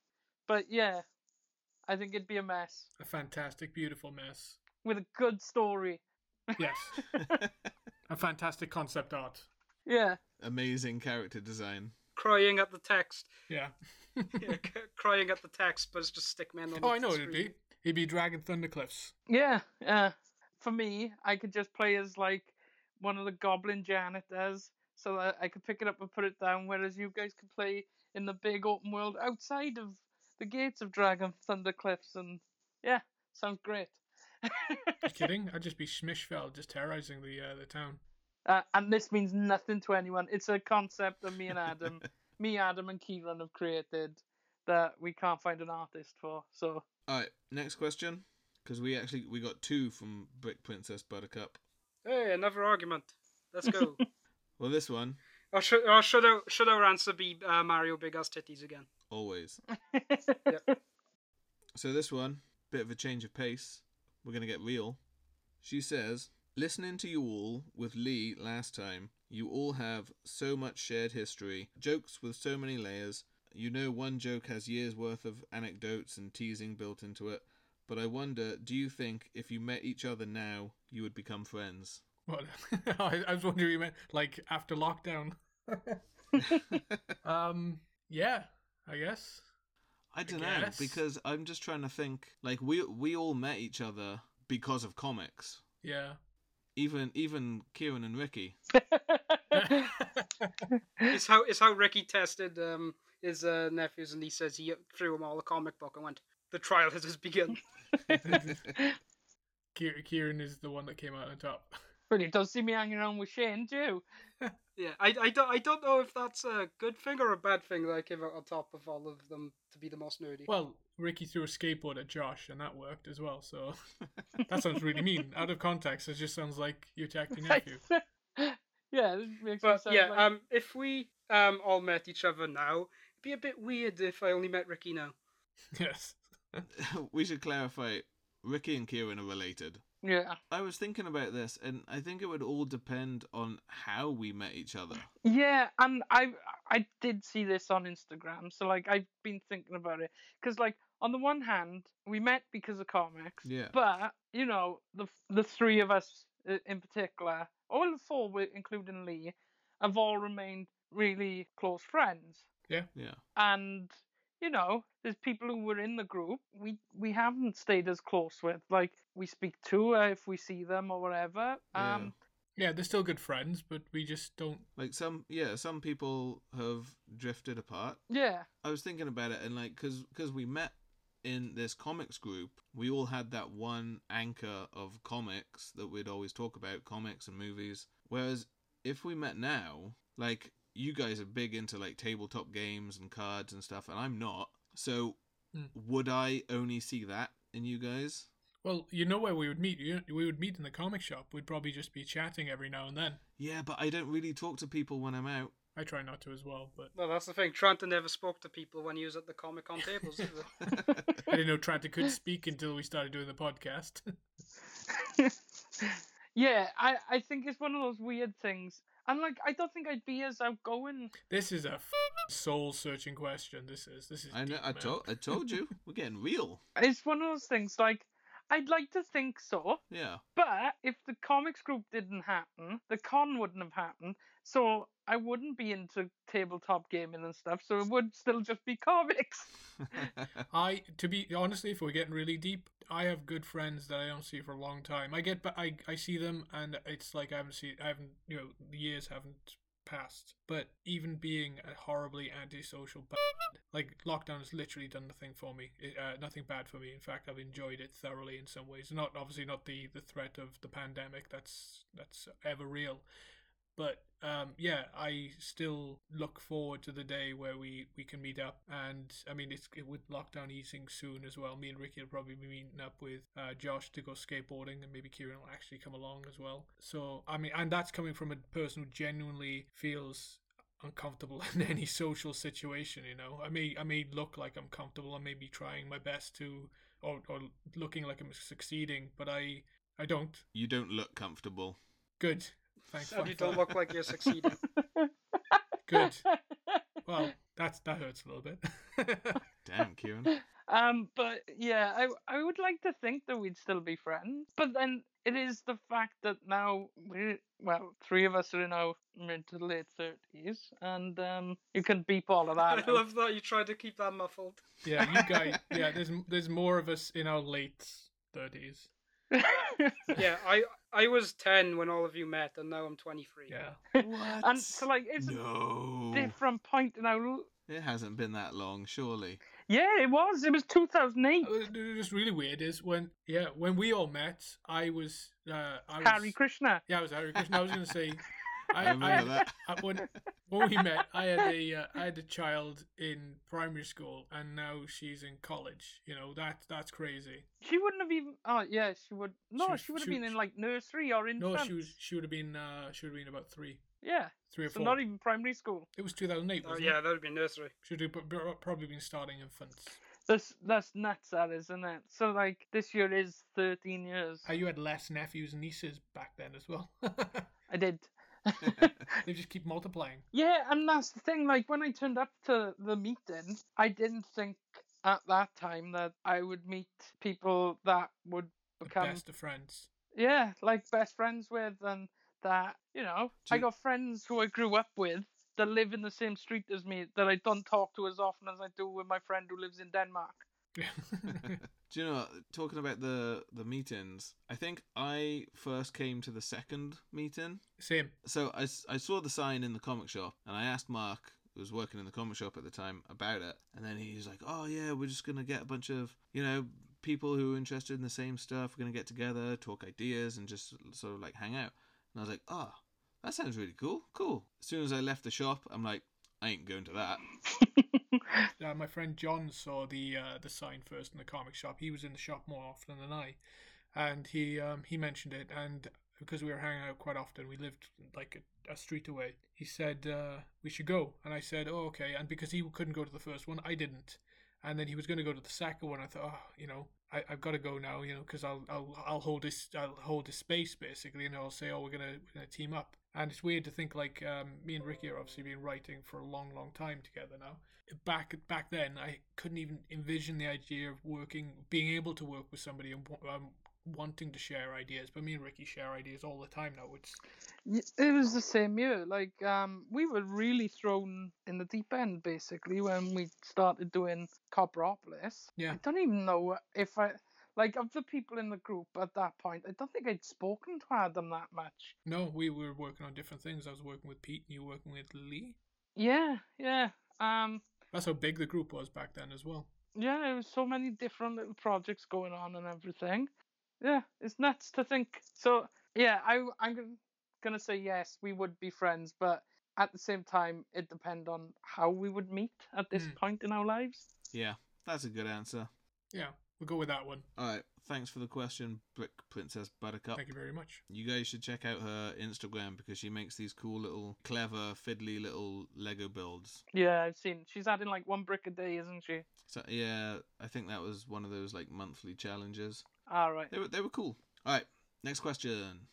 S3: But yeah, I think it'd be a mess
S2: A fantastic, beautiful mess.
S3: with a good story.
S2: Yes. a fantastic concept art.
S3: Yeah,
S4: Amazing character design.
S1: Crying at the text.
S2: Yeah.
S1: Yeah, c- crying at the text, but it's just stick men on
S2: Oh,
S1: the
S2: I know what it'd
S1: screen.
S2: be. It'd be Dragon Thundercliffs.
S3: yeah, yeah. For me, I could just play as like one of the goblin janitors, so that I could pick it up and put it down. Whereas you guys could play in the big open world outside of the gates of Dragon Thunder Cliffs, and yeah, sounds great.
S2: You kidding? I'd just be Schmishfeld, just terrorizing the uh, the town.
S3: Uh, and this means nothing to anyone. It's a concept that me and Adam, me, Adam, and Kieran have created that we can't find an artist for. So
S4: All right, next question, because we actually we got two from Brick Princess Buttercup.
S1: Hey, another argument. Let's go.
S4: Well, this one
S1: or should or should our, should our answer be uh, Mario big ass titties again?
S4: always. So this one, bit of a change of pace. We're gonna get real. She says, "Listening to you all with Lee last time, you all have so much shared history, jokes with so many layers. You know, one joke has years worth of anecdotes and teasing built into it. But I wonder, do you think if you met each other now, you would become friends?"
S2: What? I, I was wondering, you meant like after lockdown? um, yeah, I guess.
S4: I don't know
S2: guess.
S4: because I'm just trying to think. Like we we all met each other because of comics.
S2: Yeah.
S4: Even even Kieran and Ricky.
S1: It's how it's how Ricky tested um, his uh, nephews, and he says he threw them all a comic book and went, "The trial has just begun."
S2: Ki- Kieran is the one that came out on top.
S3: really, don't see me hanging around with Shane, do you?
S1: Yeah, I, I, don't, I don't know if that's a good thing or a bad thing that I came out on top of all of them to be the most nerdy.
S2: Well, Ricky threw a skateboard at Josh, and that worked as well. So that sounds really mean. Out of context, it just sounds like you attacked your nephew.
S3: yeah, this makes me
S1: but
S3: sound
S1: yeah,
S3: like...
S1: um, if we um all met each other now, it'd be a bit weird if I only met Ricky now.
S2: yes.
S4: we should clarify. Ricky and Kieran are related.
S3: yeah,
S4: I was thinking about this, and I think it would all depend on how we met each other.
S3: yeah, and I I did see this on Instagram, so like I've been thinking about it because like on the one hand we met because of comics,
S4: Yeah.
S3: but you know the the three of us uh, in particular, all the four, wi- including Lee, have all remained really close friends.
S4: Yeah.
S3: and you know there's people who were in the group we we haven't stayed as close with like we speak to her if we see them or whatever
S4: Yeah.
S3: um
S2: Yeah, they're still good friends, but we just don't.
S4: Like some, yeah, some people have drifted apart.
S3: yeah
S4: I was thinking about it, and like, cause, 'cause we met in this comics group, we all had that one anchor of comics that we'd always talk about, comics and movies. Whereas if we met now, like, you guys are big into like tabletop games and cards and stuff, and I'm not. So
S2: Mm.
S4: would I only see that in you guys?
S2: Well, you know where we would meet. You- We would meet in the comic shop. We'd probably just be chatting every now and then.
S4: Yeah, but I don't really talk to people when I'm out.
S2: I try not to as well, but
S1: Well, that's the thing. Tranter never spoke to people when he was at the Comic Con tables. did he?
S2: I didn't know Tranta could speak until we started doing the podcast.
S3: yeah i i think it's one of those weird things and like i don't think i'd be as outgoing
S2: this is a f- soul-searching question. This is this is.
S4: I know.
S2: deep,
S4: I
S2: man.
S4: told. I told you. We're getting real.
S3: it's one of those things like i'd like to think so
S4: Yeah.
S3: But if the comics group didn't happen, the con wouldn't have happened. So I wouldn't be into tabletop gaming and stuff. So it would still just be comics.
S2: I to be honestly, if we're getting really deep, I have good friends that I don't see for a long time. I get, but I I see them, and it's like I haven't seen, I haven't, you know, the years haven't passed. But even being a horribly antisocial, b- like lockdown has literally done nothing for me, It, uh, nothing bad for me. In fact, I've enjoyed it thoroughly in some ways. Not obviously not the the threat of the pandemic that's that's ever real, but um, yeah, I still look forward to the day where we, we can meet up. And I mean, it's it, with lockdown easing soon as well, me and Ricky will probably be meeting up with uh, Josh to go skateboarding, and maybe Kieran will actually come along as well. So I mean, and that's coming from a person who genuinely feels uncomfortable in any social situation. You know, I may I may look like I'm comfortable, I may be trying my best to, or or looking like I'm succeeding, but I I don't.
S4: You don't look comfortable.
S2: Good. Thanks.
S1: and you don't look like you're succeeding.
S2: Good. Well, that's that hurts a little bit.
S4: Damn, Kieran.
S3: um, but yeah, I I would like to think that we'd still be friends. But then it is the fact that now we well, three of us are now mid to late thirties, and um, you can beep all of
S1: I
S3: that. out.
S1: love that you tried to keep that muffled.
S2: yeah, you guys. Yeah, there's there's more of us in our late thirties.
S1: Yeah, I I was ten when all of you met, and now I'm 23.
S2: Yeah,
S4: What?
S3: and so like it's
S4: no.
S3: a different point now.
S4: It hasn't been that long, surely.
S3: Yeah, it was. It was two thousand eight.
S2: Uh, it was really weird. Is when yeah when we all met, I was uh, I was
S3: Harry Krishna.
S2: yeah I was Harry Krishna. I was gonna say.
S4: I, remember that.
S2: I, when, when we met, I had a uh, I had a child in primary school, and now she's in college. You know that that's crazy.
S3: She wouldn't have even. Oh yeah, she would. No,
S2: was-
S3: she would have
S2: she-
S3: been in like nursery or infant.
S2: No, she was she would have been uh, she would have been about three,
S3: Yeah,
S2: three or
S3: so
S2: four.
S3: not even primary school.
S2: It was 2008,
S1: Oh
S2: wasn't
S1: yeah,
S2: it?
S1: that would be nursery.
S2: Should have pro- pro- probably been starting infants.
S3: That's that's nuts, that is, isn't it? So like this year is thirteen years.
S2: How you had less nephews and nieces back then as well.
S3: I did.
S2: they just keep multiplying.
S3: Yeah, and that's the thing. Like when I turned up to the meeting, I didn't think at that time that I would meet people that would
S2: The
S3: become
S2: best of friends.
S3: yeah, like best friends with, and that you know,
S4: Do
S3: I
S4: you-
S3: got friends who I grew up with that live in the same street as me that I don't talk to as often as I do with my friend who lives in Denmark.
S4: Do you know, talking about the, the meetings, I think I first came to the second meeting.
S2: Same.
S4: So I, s- I saw the sign in the comic shop and I asked Mark, who was working in the comic shop at the time, about it. And then he was like, oh, yeah, we're just going to get a bunch of, you know, people who are interested in the same stuff. We're going to get together, talk ideas, and just sort of like hang out. And I was like, oh, that sounds really cool. Cool. As soon as I left the shop, I'm like, I ain't going to that.
S2: Uh, my friend John saw the uh, the sign first in the comic shop. He was in the shop more often than I, and he um, he mentioned it. And because we were hanging out quite often, we lived like a, a street away. He said uh, we should go, and I said, "Oh, okay." And because he couldn't go to the first one, I didn't. And then he was going to go to the second one. I thought, oh, you know, I, I've got to go now, you know, because I'll, I'll I'll hold this I'll hold this space basically, and I'll say, oh, we're gonna we're gonna team up. And it's weird to think like um, me and Ricky are obviously been writing for a long, long time together now back back then I couldn't even envision the idea of working being able to work with somebody and um, wanting to share ideas, but me and Ricky share ideas all the time now. It's
S3: Y- It was the same year. Like um, we were really thrown in the deep end basically when we started doing Copperopolis.
S2: Yeah.
S3: I don't even know if I like of the people in the group at that point. I don't think I'd spoken to Adam that much.
S2: no, we were working on different things. I was working with Pete, and you were working with Lee.
S3: Yeah, yeah. Um,
S2: That's how big the group was back then as well.
S3: yeah. There was so many different little projects going on and everything. Yeah, it's nuts to think. So yeah, I I'm gon- gonna say yes, we would be friends, but at the same time, it depend on how we would meet at this
S2: Mm.
S3: point in our lives.
S4: Yeah, that's a good answer.
S2: Yeah, we'll go with that one.
S4: All right, thanks for the question, Brick Princess Buttercup.
S2: Thank you very much.
S4: You guys should check out her Instagram because she makes these cool little, clever, fiddly little Lego builds.
S3: Yeah, I've seen. She's adding like one brick a day, isn't she?
S4: So yeah, I think that was one of those like monthly challenges.
S3: All right.
S4: They were they were cool. All right, next question.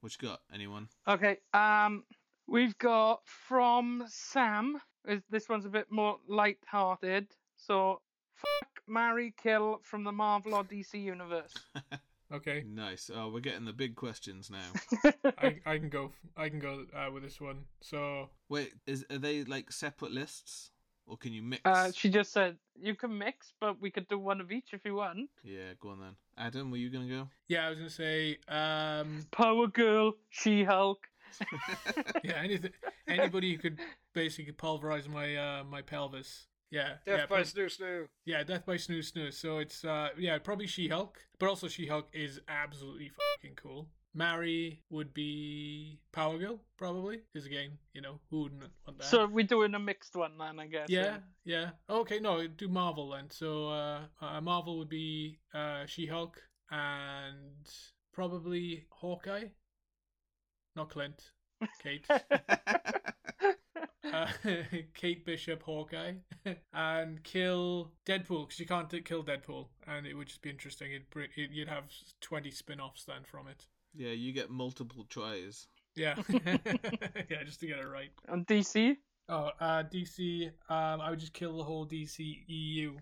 S4: What you got? Anyone?
S3: Okay. Um, we've got from Sam. Is This one's a bit more light-hearted. So, fuck, marry, kill from the Marvel or DC universe.
S2: Okay,
S4: Nice. Oh, we're getting the big questions now.
S2: I, I can go. I can go uh, with this one. So
S4: Wait, is are they like separate lists, or can you mix?
S3: uh, she just said you can mix, but we could do one of each if you want.
S4: yeah, go on then. Adam, were you gonna go?
S2: yeah, I was gonna say um,
S3: Power Girl, She-Hulk.
S2: yeah, anything, anybody who could basically pulverize my uh, my pelvis. Yeah,
S1: Death
S2: yeah,
S1: by
S2: pul-
S1: Snoo Snoo.
S2: yeah, death by snooze snooze. So it's uh, yeah, probably She Hulk, but also She Hulk is absolutely fucking cool. Mary would be Power Girl, probably. Because again, you know, who wouldn't want that?
S3: So we're doing a mixed one then, I guess.
S2: yeah, yeah. Okay, no, do Marvel then. So uh, uh Marvel would be uh She Hulk and probably Hawkeye. Not Clint. Kate. uh, Kate Bishop, Hawkeye, and kill Deadpool because you can't d- kill Deadpool, and it would just be interesting. It'd br- it, you'd have twenty spin-offs then from it.
S4: Yeah, you get multiple tries.
S2: Yeah, yeah, just to get it right.
S3: And DC.
S2: Oh, uh, DC. Um, I would just kill the whole DC EU.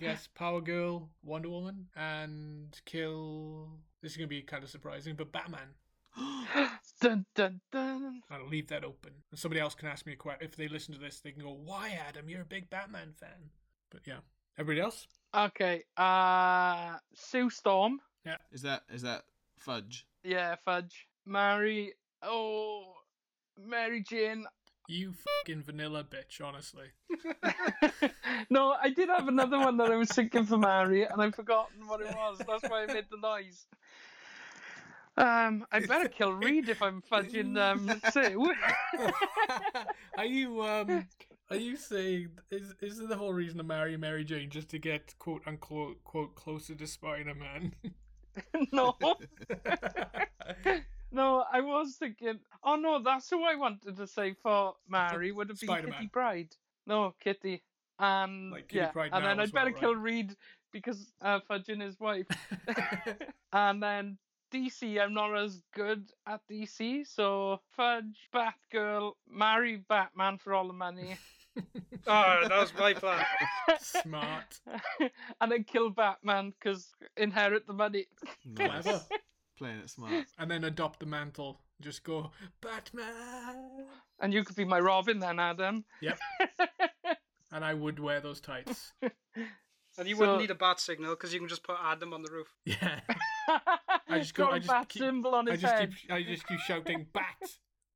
S2: Guess Power Girl, Wonder Woman, and kill. This is gonna be kind of surprising, but Batman.
S3: dun dun dun.
S2: I'll leave that open. And somebody else can ask me a question. If they listen to this, they can go, "Why, Adam? You're a big Batman fan." But yeah, everybody else.
S3: Okay. Uh, Sue Storm.
S4: is that is that fudge?
S3: Yeah, fudge. Mary. Oh, Mary Jane.
S2: You fucking vanilla bitch, honestly.
S3: no, I did have another one that I was thinking for Mary, and I've forgotten what it was. That's why I made the noise. Um, I better kill Reed if I'm fudging um Sue.
S2: are you um? Are you saying is is the whole reason to marry Mary Jane just to get quote unquote quote closer to Spider Man?
S3: no, no, I was thinking. Oh no, that's who I wanted to say for Mary. Would it be
S2: Spider-Man.
S3: Kitty Pride? No, Kitty. And
S2: Like Kitty
S3: yeah,
S2: Pryde
S3: and
S2: now
S3: then I'd
S2: as well,
S3: better kill
S2: right?
S3: Reed because uh, fudging his wife. And then DC, I'm not as good at DC, so Fudge, Batgirl, marry Batman for all the money,
S1: Oh, that was my plan.
S2: Smart,
S3: and then kill Batman because inherit the money.
S4: Nice.
S2: clever,
S4: Playing it smart.
S2: and then adopt the mantle. Just go Batman,
S3: And you could be my Robin then, Adam.
S2: and I would wear those tights.
S1: And you
S3: So-
S1: wouldn't need a bat signal because you can just put Adam on the roof.
S2: Yeah,
S3: I
S2: just go-
S3: got
S2: I
S3: a
S2: just
S3: bat
S2: keep-
S3: symbol on
S2: I
S3: his
S2: just
S3: head.
S2: keep I just keep shouting bat,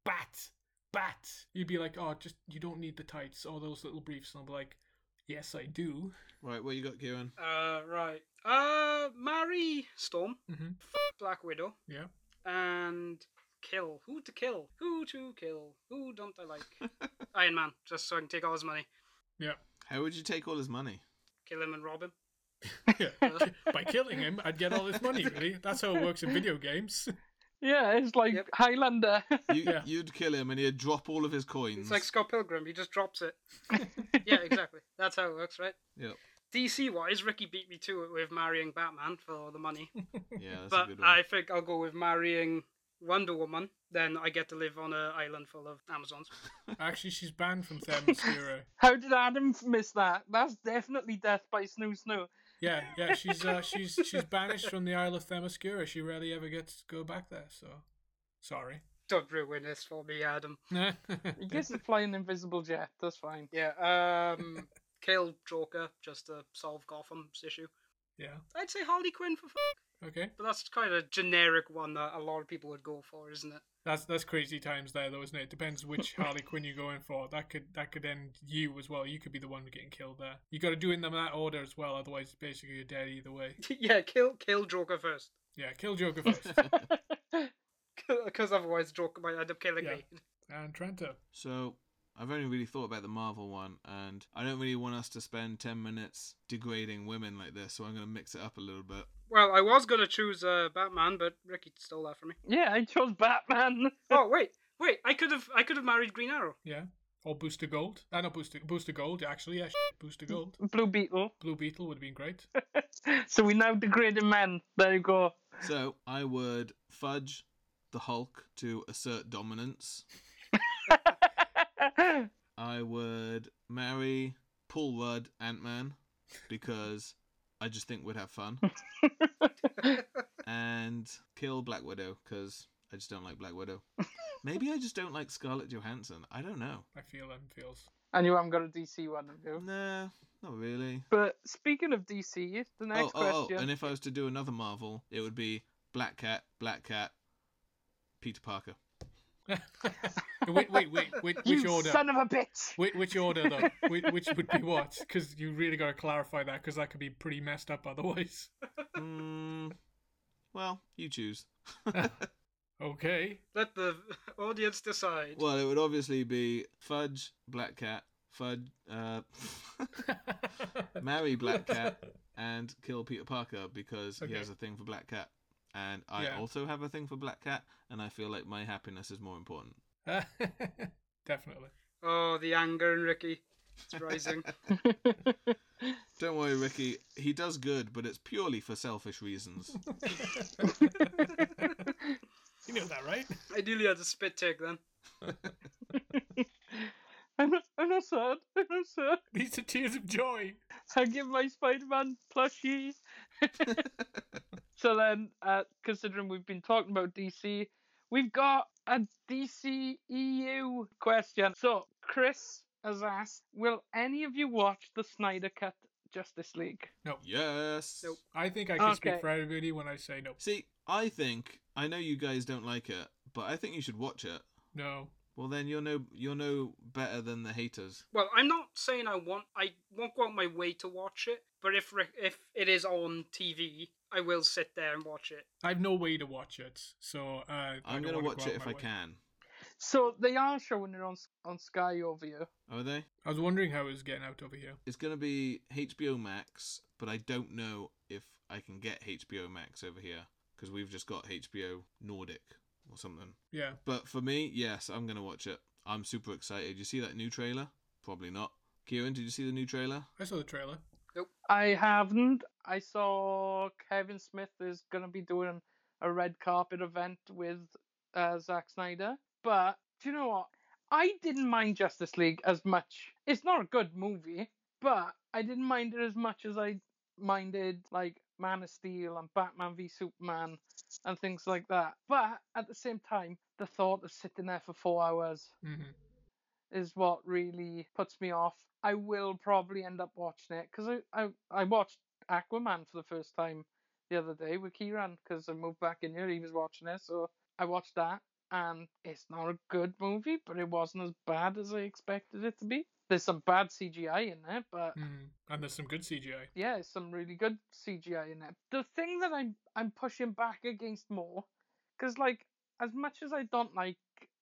S2: bat, bat. You'd be like, oh, just you don't need the tights or those little briefs, and I'll be like, yes, I do.
S4: Right, what you got, Kieran?
S1: Uh, right. Uh, marry Storm,
S2: Mm-hmm.
S1: Black Widow,
S2: Yeah.
S1: and kill. Who to kill? Who to kill? Who don't I like? Iron Man, just so I can take all his money.
S4: How would you take all his money?
S1: Kill him and rob him. Uh,
S2: Yeah. By killing him, I'd get all this money. Really, that's how it works in video games.
S3: Yeah, it's like
S1: Yep.
S3: Highlander.
S4: You,
S2: Yeah.
S4: You'd kill him and he'd drop all of his coins.
S1: It's like Scott Pilgrim, he just drops it. yeah, exactly. That's how it works, right?
S4: Yep.
S1: DC wise, Ricky beat me to it with marrying Batman for the money.
S4: Yeah, that's a
S1: but
S4: good one.
S1: I think I'll go with marrying Wonder Woman. Then I get to live on an island full of Amazons.
S2: Actually, she's banned from Thermosphera.
S3: How did Adam f- miss that? That's definitely death by Snoo Snoo.
S2: Yeah, yeah, she's uh, she's she's banished from the Isle of Themyscira. She rarely ever gets to go back there. So, sorry.
S1: Don't ruin this for me, Adam.
S3: He gets to fly an invisible jet. That's fine.
S1: Yeah, um, kill Joker just to solve Gotham's issue.
S2: yeah.
S1: I'd say Harley Quinn for f-
S2: Okay.
S1: but that's kind of a generic one that a lot of people would go for, isn't it?
S2: That's that's crazy times there though, isn't it? Depends which Harley Quinn you're going for. That could that could end you as well. You could be the one getting killed there. You got to do it in them that order as well. Otherwise, basically you're dead either way.
S1: yeah, kill kill Joker first,
S2: Yeah, kill Joker first
S1: because otherwise Joker might end up killing
S2: Yeah.
S1: me.
S2: and Trento.
S4: So I've only really thought about the Marvel one, and I don't really want us to spend ten minutes degrading women like this. So I'm gonna mix it up a little bit.
S1: Well, I was gonna choose uh, Batman, but Ricky stole that from me.
S3: Yeah, I chose Batman.
S1: oh wait, wait, I could have I could have married Green Arrow.
S2: Yeah, or Booster Gold. Ah, not Booster Booster Gold. Actually, yeah, shit, Booster Gold.
S3: Blue Beetle.
S2: Blue Beetle would have been great.
S3: So we now degraded men. There you go.
S4: So I would fudge the Hulk to assert dominance. I would marry Paul Rudd Ant Man because I just think we'd have fun. and kill Black Widow because I just don't like Black Widow. Maybe I just don't like Scarlett Johansson. I don't know.
S2: I feel them feels.
S3: and you haven't got a DC one, have you?
S4: Nah, not really.
S3: But speaking of DC, the
S4: Oh,
S3: next
S4: oh, oh,
S3: question.
S4: and if I was to do another Marvel, it would be Black Cat, Black Cat, Peter Parker.
S2: wait, wait, wait, wait which
S3: you
S2: order?
S3: son of a bitch!
S2: Which, which order though? which, which would be what? Because you really got to clarify that, because that could be pretty messed up otherwise.
S4: mm, well, you choose.
S2: Okay.
S1: Let the audience decide.
S4: Well, it would obviously be Fudge, Black Cat, Fudge, uh, marry Black Cat, and kill Peter Parker because
S2: Okay.
S4: he has a thing for Black Cat. And I
S2: Yeah.
S4: also have a thing for Black Cat, and I feel like my happiness is more important.
S2: Definitely.
S1: Oh, the anger in Ricky, it's rising.
S4: Don't worry, Ricky. He does good, but it's purely for selfish reasons.
S2: You know that, right?
S1: Ideally, I'd a spit take then.
S3: I'm, not, I'm not sad. I'm not sad.
S2: These are tears of joy.
S3: I give my Spider-Man plushie. so then, uh, considering we've been talking about DC, we've got a DC EU question. So Chris has asked, "Will any of you watch the Snyder Cut Justice League?"
S4: yes.
S1: Nope.
S2: I think I can speak
S3: Okay.
S2: for everybody when I say no.
S4: See, I think I know you guys don't like it, but I think you should watch it.
S2: No.
S4: Well, then you're no you're no better than the haters.
S1: Well, I'm not saying I want I won't go out my way to watch it, but if Rick, if it is on TV, I will sit there and watch it.
S2: I have no way to watch it, so uh, I
S4: I'm
S2: don't
S4: gonna
S2: wanna go
S4: watch
S2: out
S4: it if
S2: my
S4: I
S2: way.
S4: can.
S3: So they are showing it on on Sky over here.
S4: Are they?
S2: I was wondering how it was getting out over here.
S4: It's gonna be HBO Max, but I don't know if I can get HBO Max over here because we've just got HBO Nordic or something.
S2: Yeah.
S4: But for me, yes, I'm gonna watch it. I'm super excited. You see that new trailer? Probably not. Kieran, did you see the new trailer?
S2: I saw the trailer.
S3: I haven't. I saw Kevin Smith is going to be doing a red carpet event with uh, Zack Snyder. But do you know what? I didn't mind Justice League as much. It's not a good movie, but I didn't mind it as much as I minded like Man of Steel and Batman v Superman and things like that. But at the same time, the thought of sitting there for four hours
S2: hmm
S3: is what really puts me off. I will probably end up watching it because I, I I watched Aquaman for the first time the other day with Kiran because I moved back in here. He was watching it, so I watched that, and it's not a good movie, but it wasn't as bad as I expected it to be. There's some bad CGI in there, but
S2: Mm. And there's some good CGI.
S3: yeah, it's some really good CGI in it. The thing that I'm I'm pushing back against more, because like as much as I don't like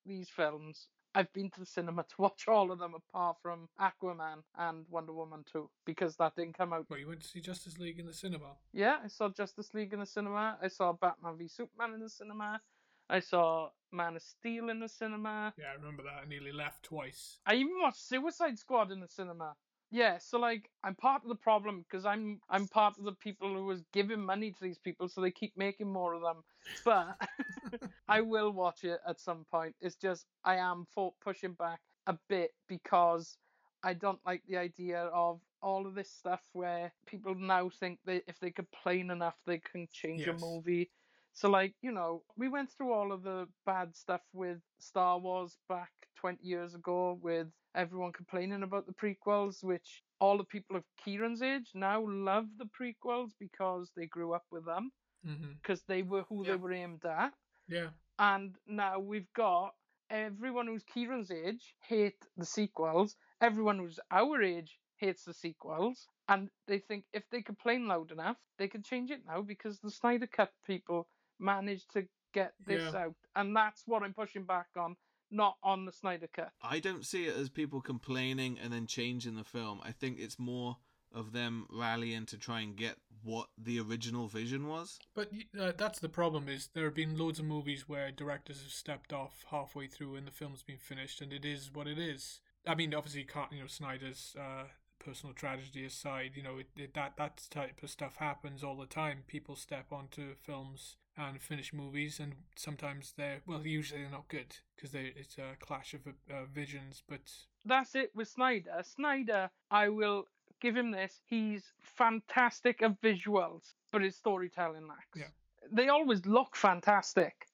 S3: these films, I've been to the cinema to watch all of them apart from Aquaman and Wonder Woman 2 because that didn't come out.
S2: Well, you went to see Justice League in the cinema.
S3: Yeah, I saw Justice League in the cinema. I saw Batman v Superman in the cinema. I saw Man of Steel in the cinema.
S2: Yeah, I remember that. I nearly left twice.
S3: I even watched Suicide Squad in the cinema. Yeah, so like I'm part of the problem because I'm I'm part of the people who was giving money to these people, so they keep making more of them. But I will watch it at some point. It's just I am for pushing back a bit because I don't like the idea of all of this stuff where people now think that if they complain enough, they can change
S2: Yes.
S3: a movie. So, like, you know, we went through all of the bad stuff with Star Wars back 20 years ago with everyone complaining about the prequels, which all the people of Kieran's age now love the prequels because they grew up with them,
S2: Mm-hmm.
S3: because they were who
S1: Yeah.
S3: they were aimed at
S2: Yeah.
S3: and now we've got everyone who's Kieran's age hate the sequels. Everyone who's our age hates the sequels, and they think if they complain loud enough, they can change it now because the Snyder Cut people managed to get this
S2: Yeah.
S3: out, and that's what I'm pushing back on, not on the Snyder Cut.
S4: I don't see it as people complaining and then changing the film. I think it's more of them rallying to try and get what the original vision was.
S2: But y- uh, that's the problem is there have been loads of movies where directors have stepped off halfway through and the film's been finished and it is what it is. I mean, obviously, you can't, you know, Snyder's uh, personal tragedy aside, you know, it, it, that that type of stuff happens all the time. People step onto films and finish movies, and sometimes they're well, usually they're not good because they it's a clash of uh, visions. But
S3: That's it with Snyder. Snyder, I will give him this. He's fantastic at visuals, but his storytelling lacks.
S2: Yeah.
S3: They always look fantastic.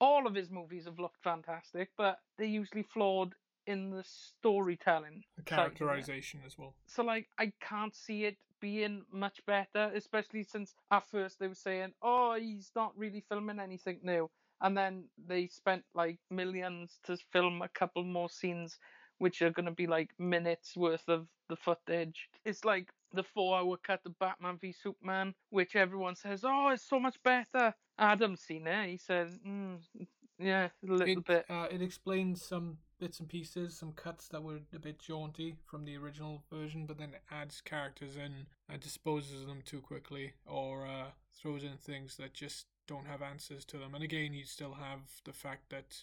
S3: All of his movies have looked fantastic, but they're usually flawed in the storytelling.
S2: the
S3: side of it.
S2: characterization as well.
S3: So, like, I can't see it being much better, especially since at first they were saying, oh, he's not really filming anything new. And then they spent like millions to film a couple more scenes, which are going to be like minutes worth of the footage. It's like the four hour cut of Batman v Superman, which everyone says, oh, it's so much better. Adam's seen it. He said, mm, yeah, a little
S2: it,
S3: bit.
S2: Uh, it explains some bits and pieces, some cuts that were a bit jaunty from the original version, but then it adds characters in and disposes of them too quickly, or uh, throws in things that just don't have answers to them. And again, you still have the fact that,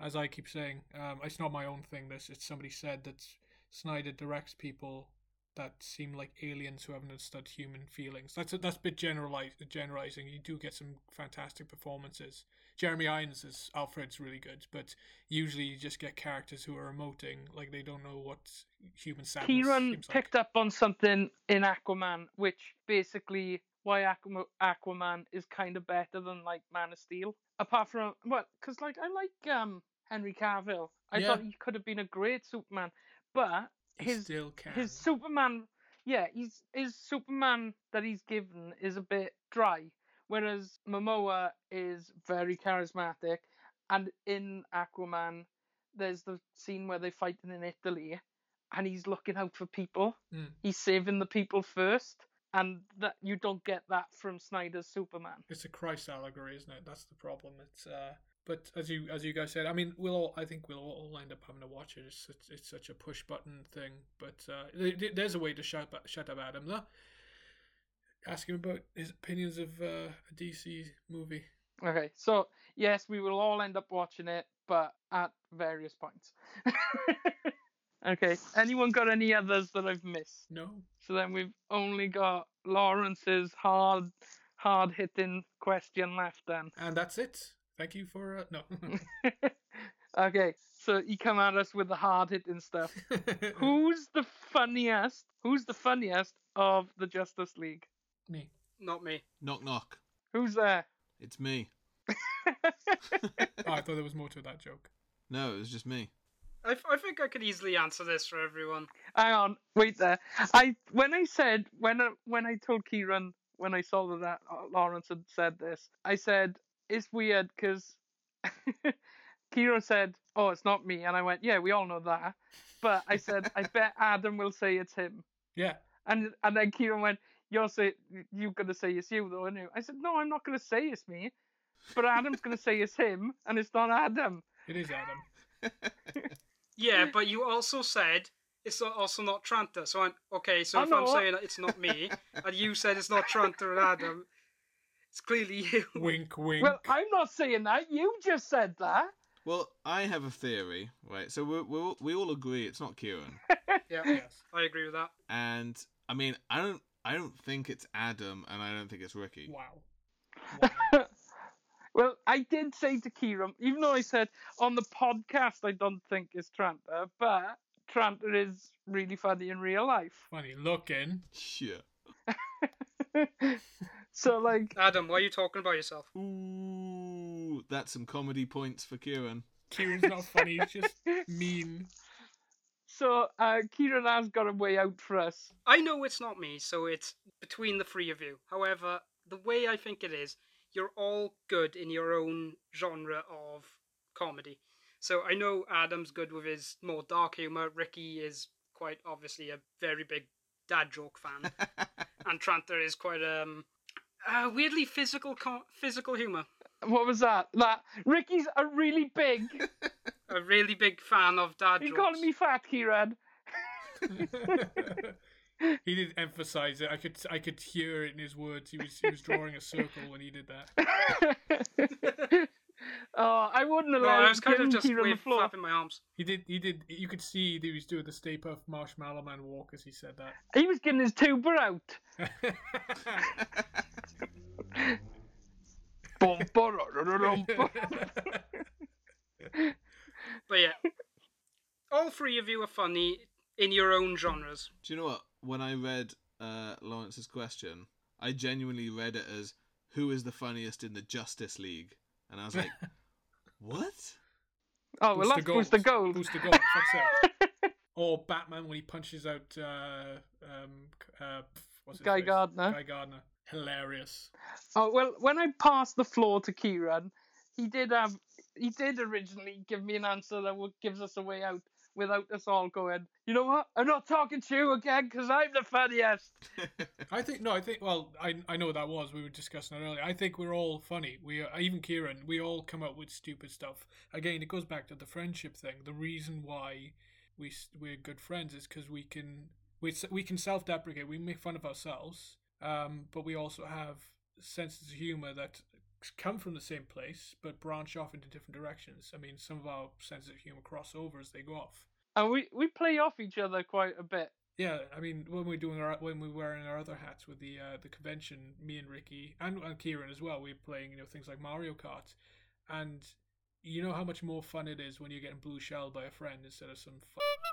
S2: as I keep saying, um, it's not my own thing. This it's somebody said that Snyder directs people that seem like aliens who haven't understood human feelings. That's a, that's a bit generalized, generalizing. You do get some fantastic performances. Jeremy Irons as Alfred's really good, but usually you just get characters who are emoting, like they don't know what human sadness
S3: Kieran
S2: seems
S3: picked up on something in Aquaman, which basically why Aquaman, Aquaman is kind of better than like Man of Steel. Apart from well, because like I like um Henry Cavill. I
S2: Yeah.
S3: thought he could have been a great Superman, but
S2: like. he
S3: his
S2: still can.
S3: his Superman, yeah, he's his Superman that he's given is a bit dry, whereas Momoa is very charismatic, and in Aquaman, there's the scene where they're fighting in Italy, and he's looking out for people.
S2: Mm.
S3: He's saving the people first, and that you don't get that from Snyder's Superman.
S2: it's a Christ allegory, isn't it? That's the problem. It's uh, but as you as you guys said, I mean, we'll all I think we'll all end up having to watch it. It's such, it's such a push button thing, but uh, th- th- there's a way to shut up, shut up Adam. Though. Ask him about his opinions of uh, a DC movie.
S3: Okay, so yes, we will all end up watching it, but at various points. okay, anyone got any others that I've missed?
S2: No,
S3: So then we've only got Lawrence's hard, hard hitting question left. Then.
S2: and that's it. Thank you for uh, no.
S3: okay, so you come at us with the hard hitting stuff. who's the funniest? Who's the funniest of the Justice League?
S2: Me.
S1: Not me.
S4: Knock knock.
S3: Who's there?
S4: It's me.
S2: Oh, I thought there was more to that joke.
S4: No, it was just me.
S1: I, f- I think I could easily answer this for everyone.
S3: Hang on, wait there. I when I said when I, when I told Kieran when I saw that that Lawrence had said this, I said it's weird because Kieran said, "Oh, it's not me," and I went, "Yeah, we all know that." But I said, "I bet Adam will say it's him,"
S2: Yeah,
S3: and and then Kieran went, "You're say you're gonna say it's you though, aren't you?" I said, "No, I'm not gonna say it's me." But Adam's gonna say it's him, and it's not Adam.
S2: it is Adam.
S1: Yeah, but you also said it's not, also not Tranta. So I'm okay. So
S3: I
S1: if I'm
S3: know.
S1: saying it's not me, and you said it's not Tranta and Adam, it's clearly you.
S2: wink, wink.
S3: Well, I'm not saying that. You just said that.
S4: Well, I have a theory, right? So we we all- we all agree it's not Kieran,
S1: Yeah,
S2: yes.
S1: I agree with that.
S4: and I mean I don't I don't think it's Adam, and I don't think it's Ricky.
S2: Wow. wow.
S3: Well, I did say to Kieran, even though I said on the podcast I don't think it's Tranta, but Tranter is really funny in real life.
S2: Funny looking.
S4: Yeah.
S3: so like
S1: Adam, why are you talking about yourself?
S4: Ooh, that's some comedy points for Kieran.
S2: Kieran's not funny. He's just mean.
S3: so uh Kieran has got a way out for us.
S1: I know it's not me, so it's between the three of you. However, the way I think it is, you're all good in your own genre of comedy. So I know Adam's good with his more dark humor. Ricky is quite obviously a very big dad joke fan, and Tranter is quite um uh, weirdly physical co- physical humor.
S3: What was that? That Ricky's a really big
S1: A really big fan of dad
S3: You're
S1: jokes.
S3: calling me fat, Kieran.
S2: he did emphasize it. I could I could hear it in his words. He was he was drawing a circle when he did that.
S3: oh, I wouldn't
S1: No,
S3: allow
S1: I was kind of
S3: giving
S1: just
S3: Kieran the
S1: wave,
S3: floor.
S1: flapping my arms.
S2: He did he did. You could see that he was doing the Stay Puft Marshmallow Man walk as he said that.
S3: He was getting his tuber out. Boom, ba-da-da-da-dum.
S1: But yeah, all three of you are funny in your own genres.
S4: Do you know what? When I read uh, Lawrence's question, I genuinely read it as "Who is the funniest in the Justice League?" And I was like, "What?"
S3: oh, well, that's Booster Gold.
S2: Booster Gold. That's it. Or Batman when he punches out uh, um, c- uh, pff, what's his
S3: Guy
S2: face?
S3: Gardner.
S2: Guy Gardner. Hilarious.
S3: Oh well, when I passed the floor to Kieran, he did have he did originally give me an answer that would gives us a way out without us all going. You know what? I'm not talking to you again because I'm the funniest.
S2: I think no, I think well, I I know what that was. We were discussing that earlier. I think we're all funny. We are, even Kieran, we all come up with stupid stuff. Again, it goes back to the friendship thing. The reason why we s- we're good friends is because we can we s- we can self deprecate. We make fun of ourselves, um, but we also have senses of humor that come from the same place but branch off into different directions. I mean, some of our senses of humor cross over as they go off.
S3: And we we play off each other quite a bit.
S2: Yeah, I mean, when we're doing our when we're wearing our other hats with the uh, the convention, me and Ricky and, and Kieran as well, we're playing you know things like Mario Kart, and you know how much more fun it is when you're getting blue shell by a friend instead of some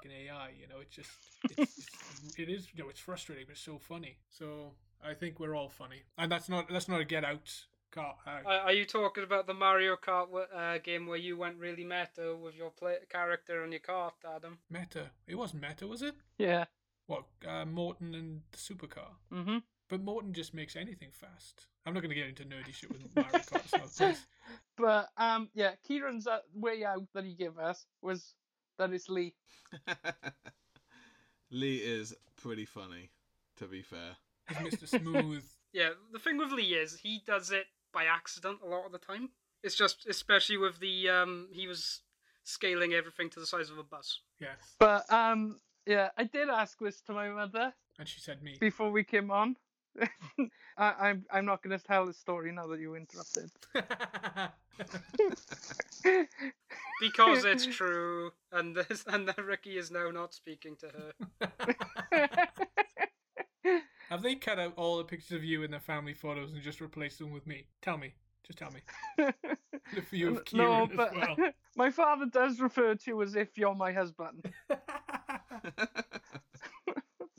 S2: fucking AI. You know, it just it's, it's, it is you know it's frustrating, but it's so funny. So I think we're all funny, and that's not that's not a get out car. Uh,
S1: Are, are you talking about the Mario Kart uh, game where you went really meta with your play- character on your cart, Adam?
S2: meta. It wasn't meta, was it?
S3: Yeah.
S2: What uh, Morton and the supercar.
S3: Mm-hmm.
S2: But Morton just makes anything fast. I'm not going to get into nerdy shit with Mario Kart. It's not this.
S3: But um, yeah, Kieran's uh, way out that he gave us was that it's Lee.
S4: Lee is pretty funny, to be fair.
S2: He's Mr. Smooth.
S1: Yeah, the thing with Lee is he does it by accident a lot of the time. It's just, especially with the um, he was scaling everything to the size of a bus.
S2: Yes.
S3: But um, yeah, I did ask this to my mother
S2: And she said me.
S3: before we came on. I, I'm I'm not going to tell the story now that you interrupted.
S1: because it's true, and this, and that Ricky is now not speaking to her.
S2: Have they cut out all the pictures of you in their family photos and just replaced them with me? Tell me. Just tell me. The view of Kieran as well.
S3: my father does refer to you as if you're my husband.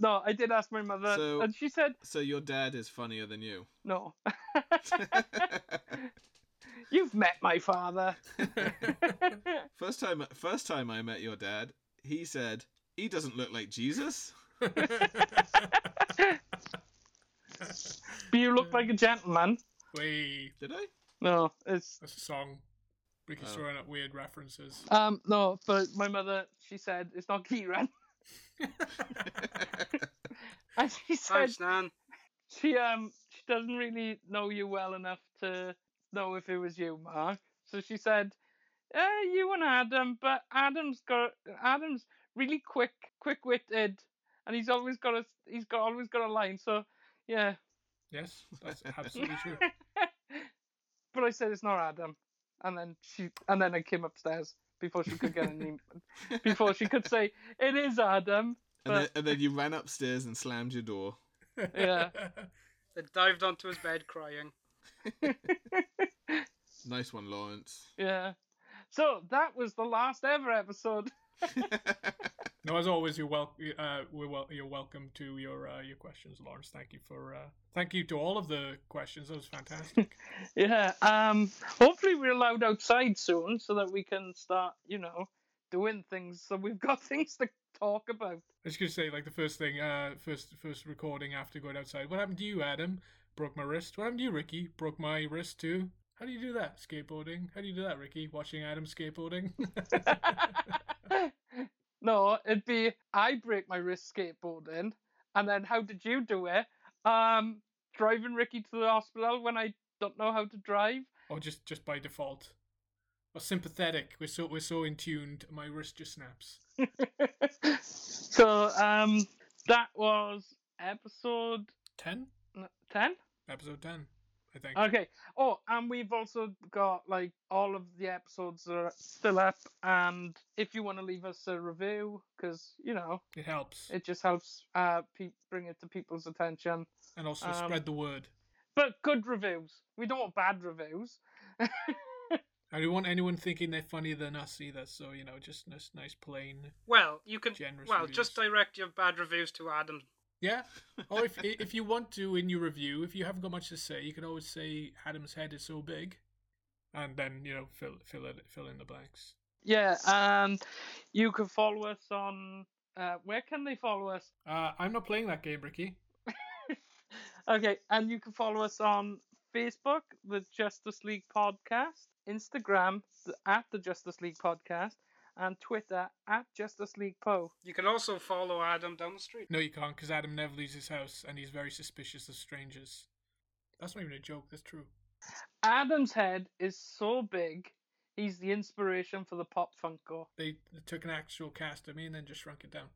S3: No, I did ask my mother,
S4: So-
S3: and she said
S4: so your dad is funnier than you.
S3: no. You've met my father.
S4: First time, first time I met your dad, he said he doesn't look like Jesus.
S3: But you look like a gentleman.
S2: Wait,
S4: Did I?
S3: No, it's
S2: that's a song. Ricky's
S4: Oh.
S2: throwing up weird references.
S3: um no, but my mother she said it's not Kieran, and she said
S1: Thanks, Nan.
S3: she um she doesn't really know you well enough to know if it was you, Mark. So she said, eh, you and Adam, but Adam's got Adam's really quick, quick witted, and he's always got a he's got always got a line. So yeah,
S2: Yes, that's absolutely true.
S3: but I said it's not Adam, and then she and then I came upstairs before she could get any before she could say it is Adam.
S4: And then, and then you ran upstairs and slammed your door.
S3: Yeah.
S1: They dived onto his bed crying.
S4: Nice one, Lawrence.
S3: Yeah. So that was the last ever episode.
S2: No, as always, you're wel- uh, we're wel- you're welcome to your uh, your questions, Lawrence. Thank you for uh, thank you to all of the questions. That was fantastic.
S3: Yeah. Um. Hopefully we're allowed outside soon, so that we can start, you know, doing things. So we've got things to talk about.
S2: I was gonna say like the first thing, uh, first first recording after going outside. What happened to you, Adam? Broke my wrist. What happened to you, Ricky? Broke my wrist too. How do you do that? Skateboarding. How do you do that, Ricky? Watching Adam skateboarding.
S3: No, it'd be I break my wrist skateboarding, and then how did you do it? Um, driving Ricky to the hospital when I don't know how to drive.
S2: or just just by default. Or sympathetic. We're so we're so in tuned. My wrist just snaps.
S3: so um, that was episode
S2: Ten.
S3: ten.
S2: Episode ten. I think.
S3: Okay. Oh, and we've also got like all of the episodes are still up, and if you want to leave us a review, because you know
S2: it helps.
S3: it just helps uh pe- bring it to people's attention.
S2: and also
S3: um,
S2: spread the word.
S3: But good reviews. We don't want bad reviews.
S2: I don't want anyone thinking they're funnier than us either. So you know, just nice, nice plain.
S1: Well, you can.
S2: Generous
S1: well, just
S2: reviews.
S1: direct your bad reviews to Adam.
S2: Yeah. Or if if you want to in your review, if you haven't got much to say, you can always say Adam's head is so big, and then you know fill fill it, fill in the blanks.
S3: Yeah, and you can follow us on. Uh, where can they follow us?
S2: Uh, I'm not playing that game, Ricky.
S3: Okay, and you can follow us on Facebook, the Justice League Podcast, Instagram, the, at the Justice League Podcast, and Twitter, at Justice League Po.
S1: You can also follow Adam down the street.
S2: No, you can't, because Adam never leaves his house, and he's very suspicious of strangers. That's not even a joke. That's true.
S3: Adam's head is so big, he's the inspiration for the Pop Funko.
S2: They took an actual cast of me and then just shrunk it down.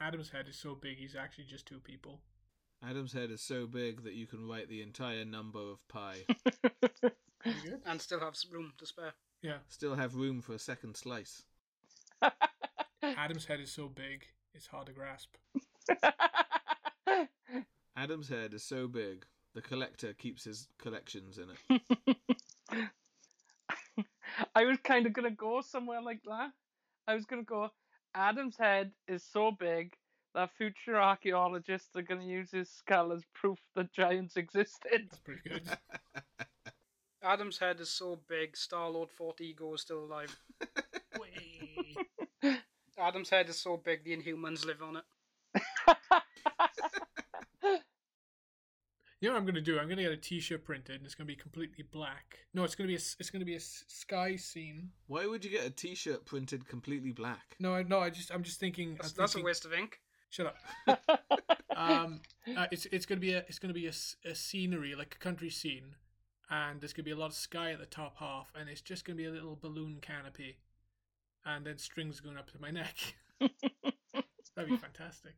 S2: Adam's head is so big, he's actually just two people.
S4: Adam's head is so big that you can write the entire number of pi.
S2: Pretty good.
S1: And still have s- room to spare.
S2: Yeah.
S4: Still have room for a second slice.
S2: Adam's head is so big, it's hard to grasp.
S4: Adam's head is so big, the collector keeps his collections in it.
S3: I was kind of going to go somewhere like that. I was going to go, Adam's head is so big that future archaeologists are going to use his skull as proof that giants existed.
S2: That's pretty good.
S1: Adam's head is so big, Star Lord Fort Ego is still alive. Adam's head is so big, the Inhumans live on it.
S2: you know what I'm gonna do? I'm gonna get a T-shirt printed, and it's gonna be completely black. No, it's gonna be a, s- it's gonna be a s- sky scene.
S4: Why would you get a T-shirt printed completely black?
S2: No, I, no, I just I'm just thinking.
S1: That's,
S2: I'm
S1: that's a
S2: thinking-
S1: waste of ink.
S2: Shut up. um, uh, it's it's gonna be a it's gonna be a, s- a scenery like a country scene, and there's gonna be a lot of sky at the top half, and it's just gonna be a little balloon canopy, and then strings going up to my neck. That'd be fantastic.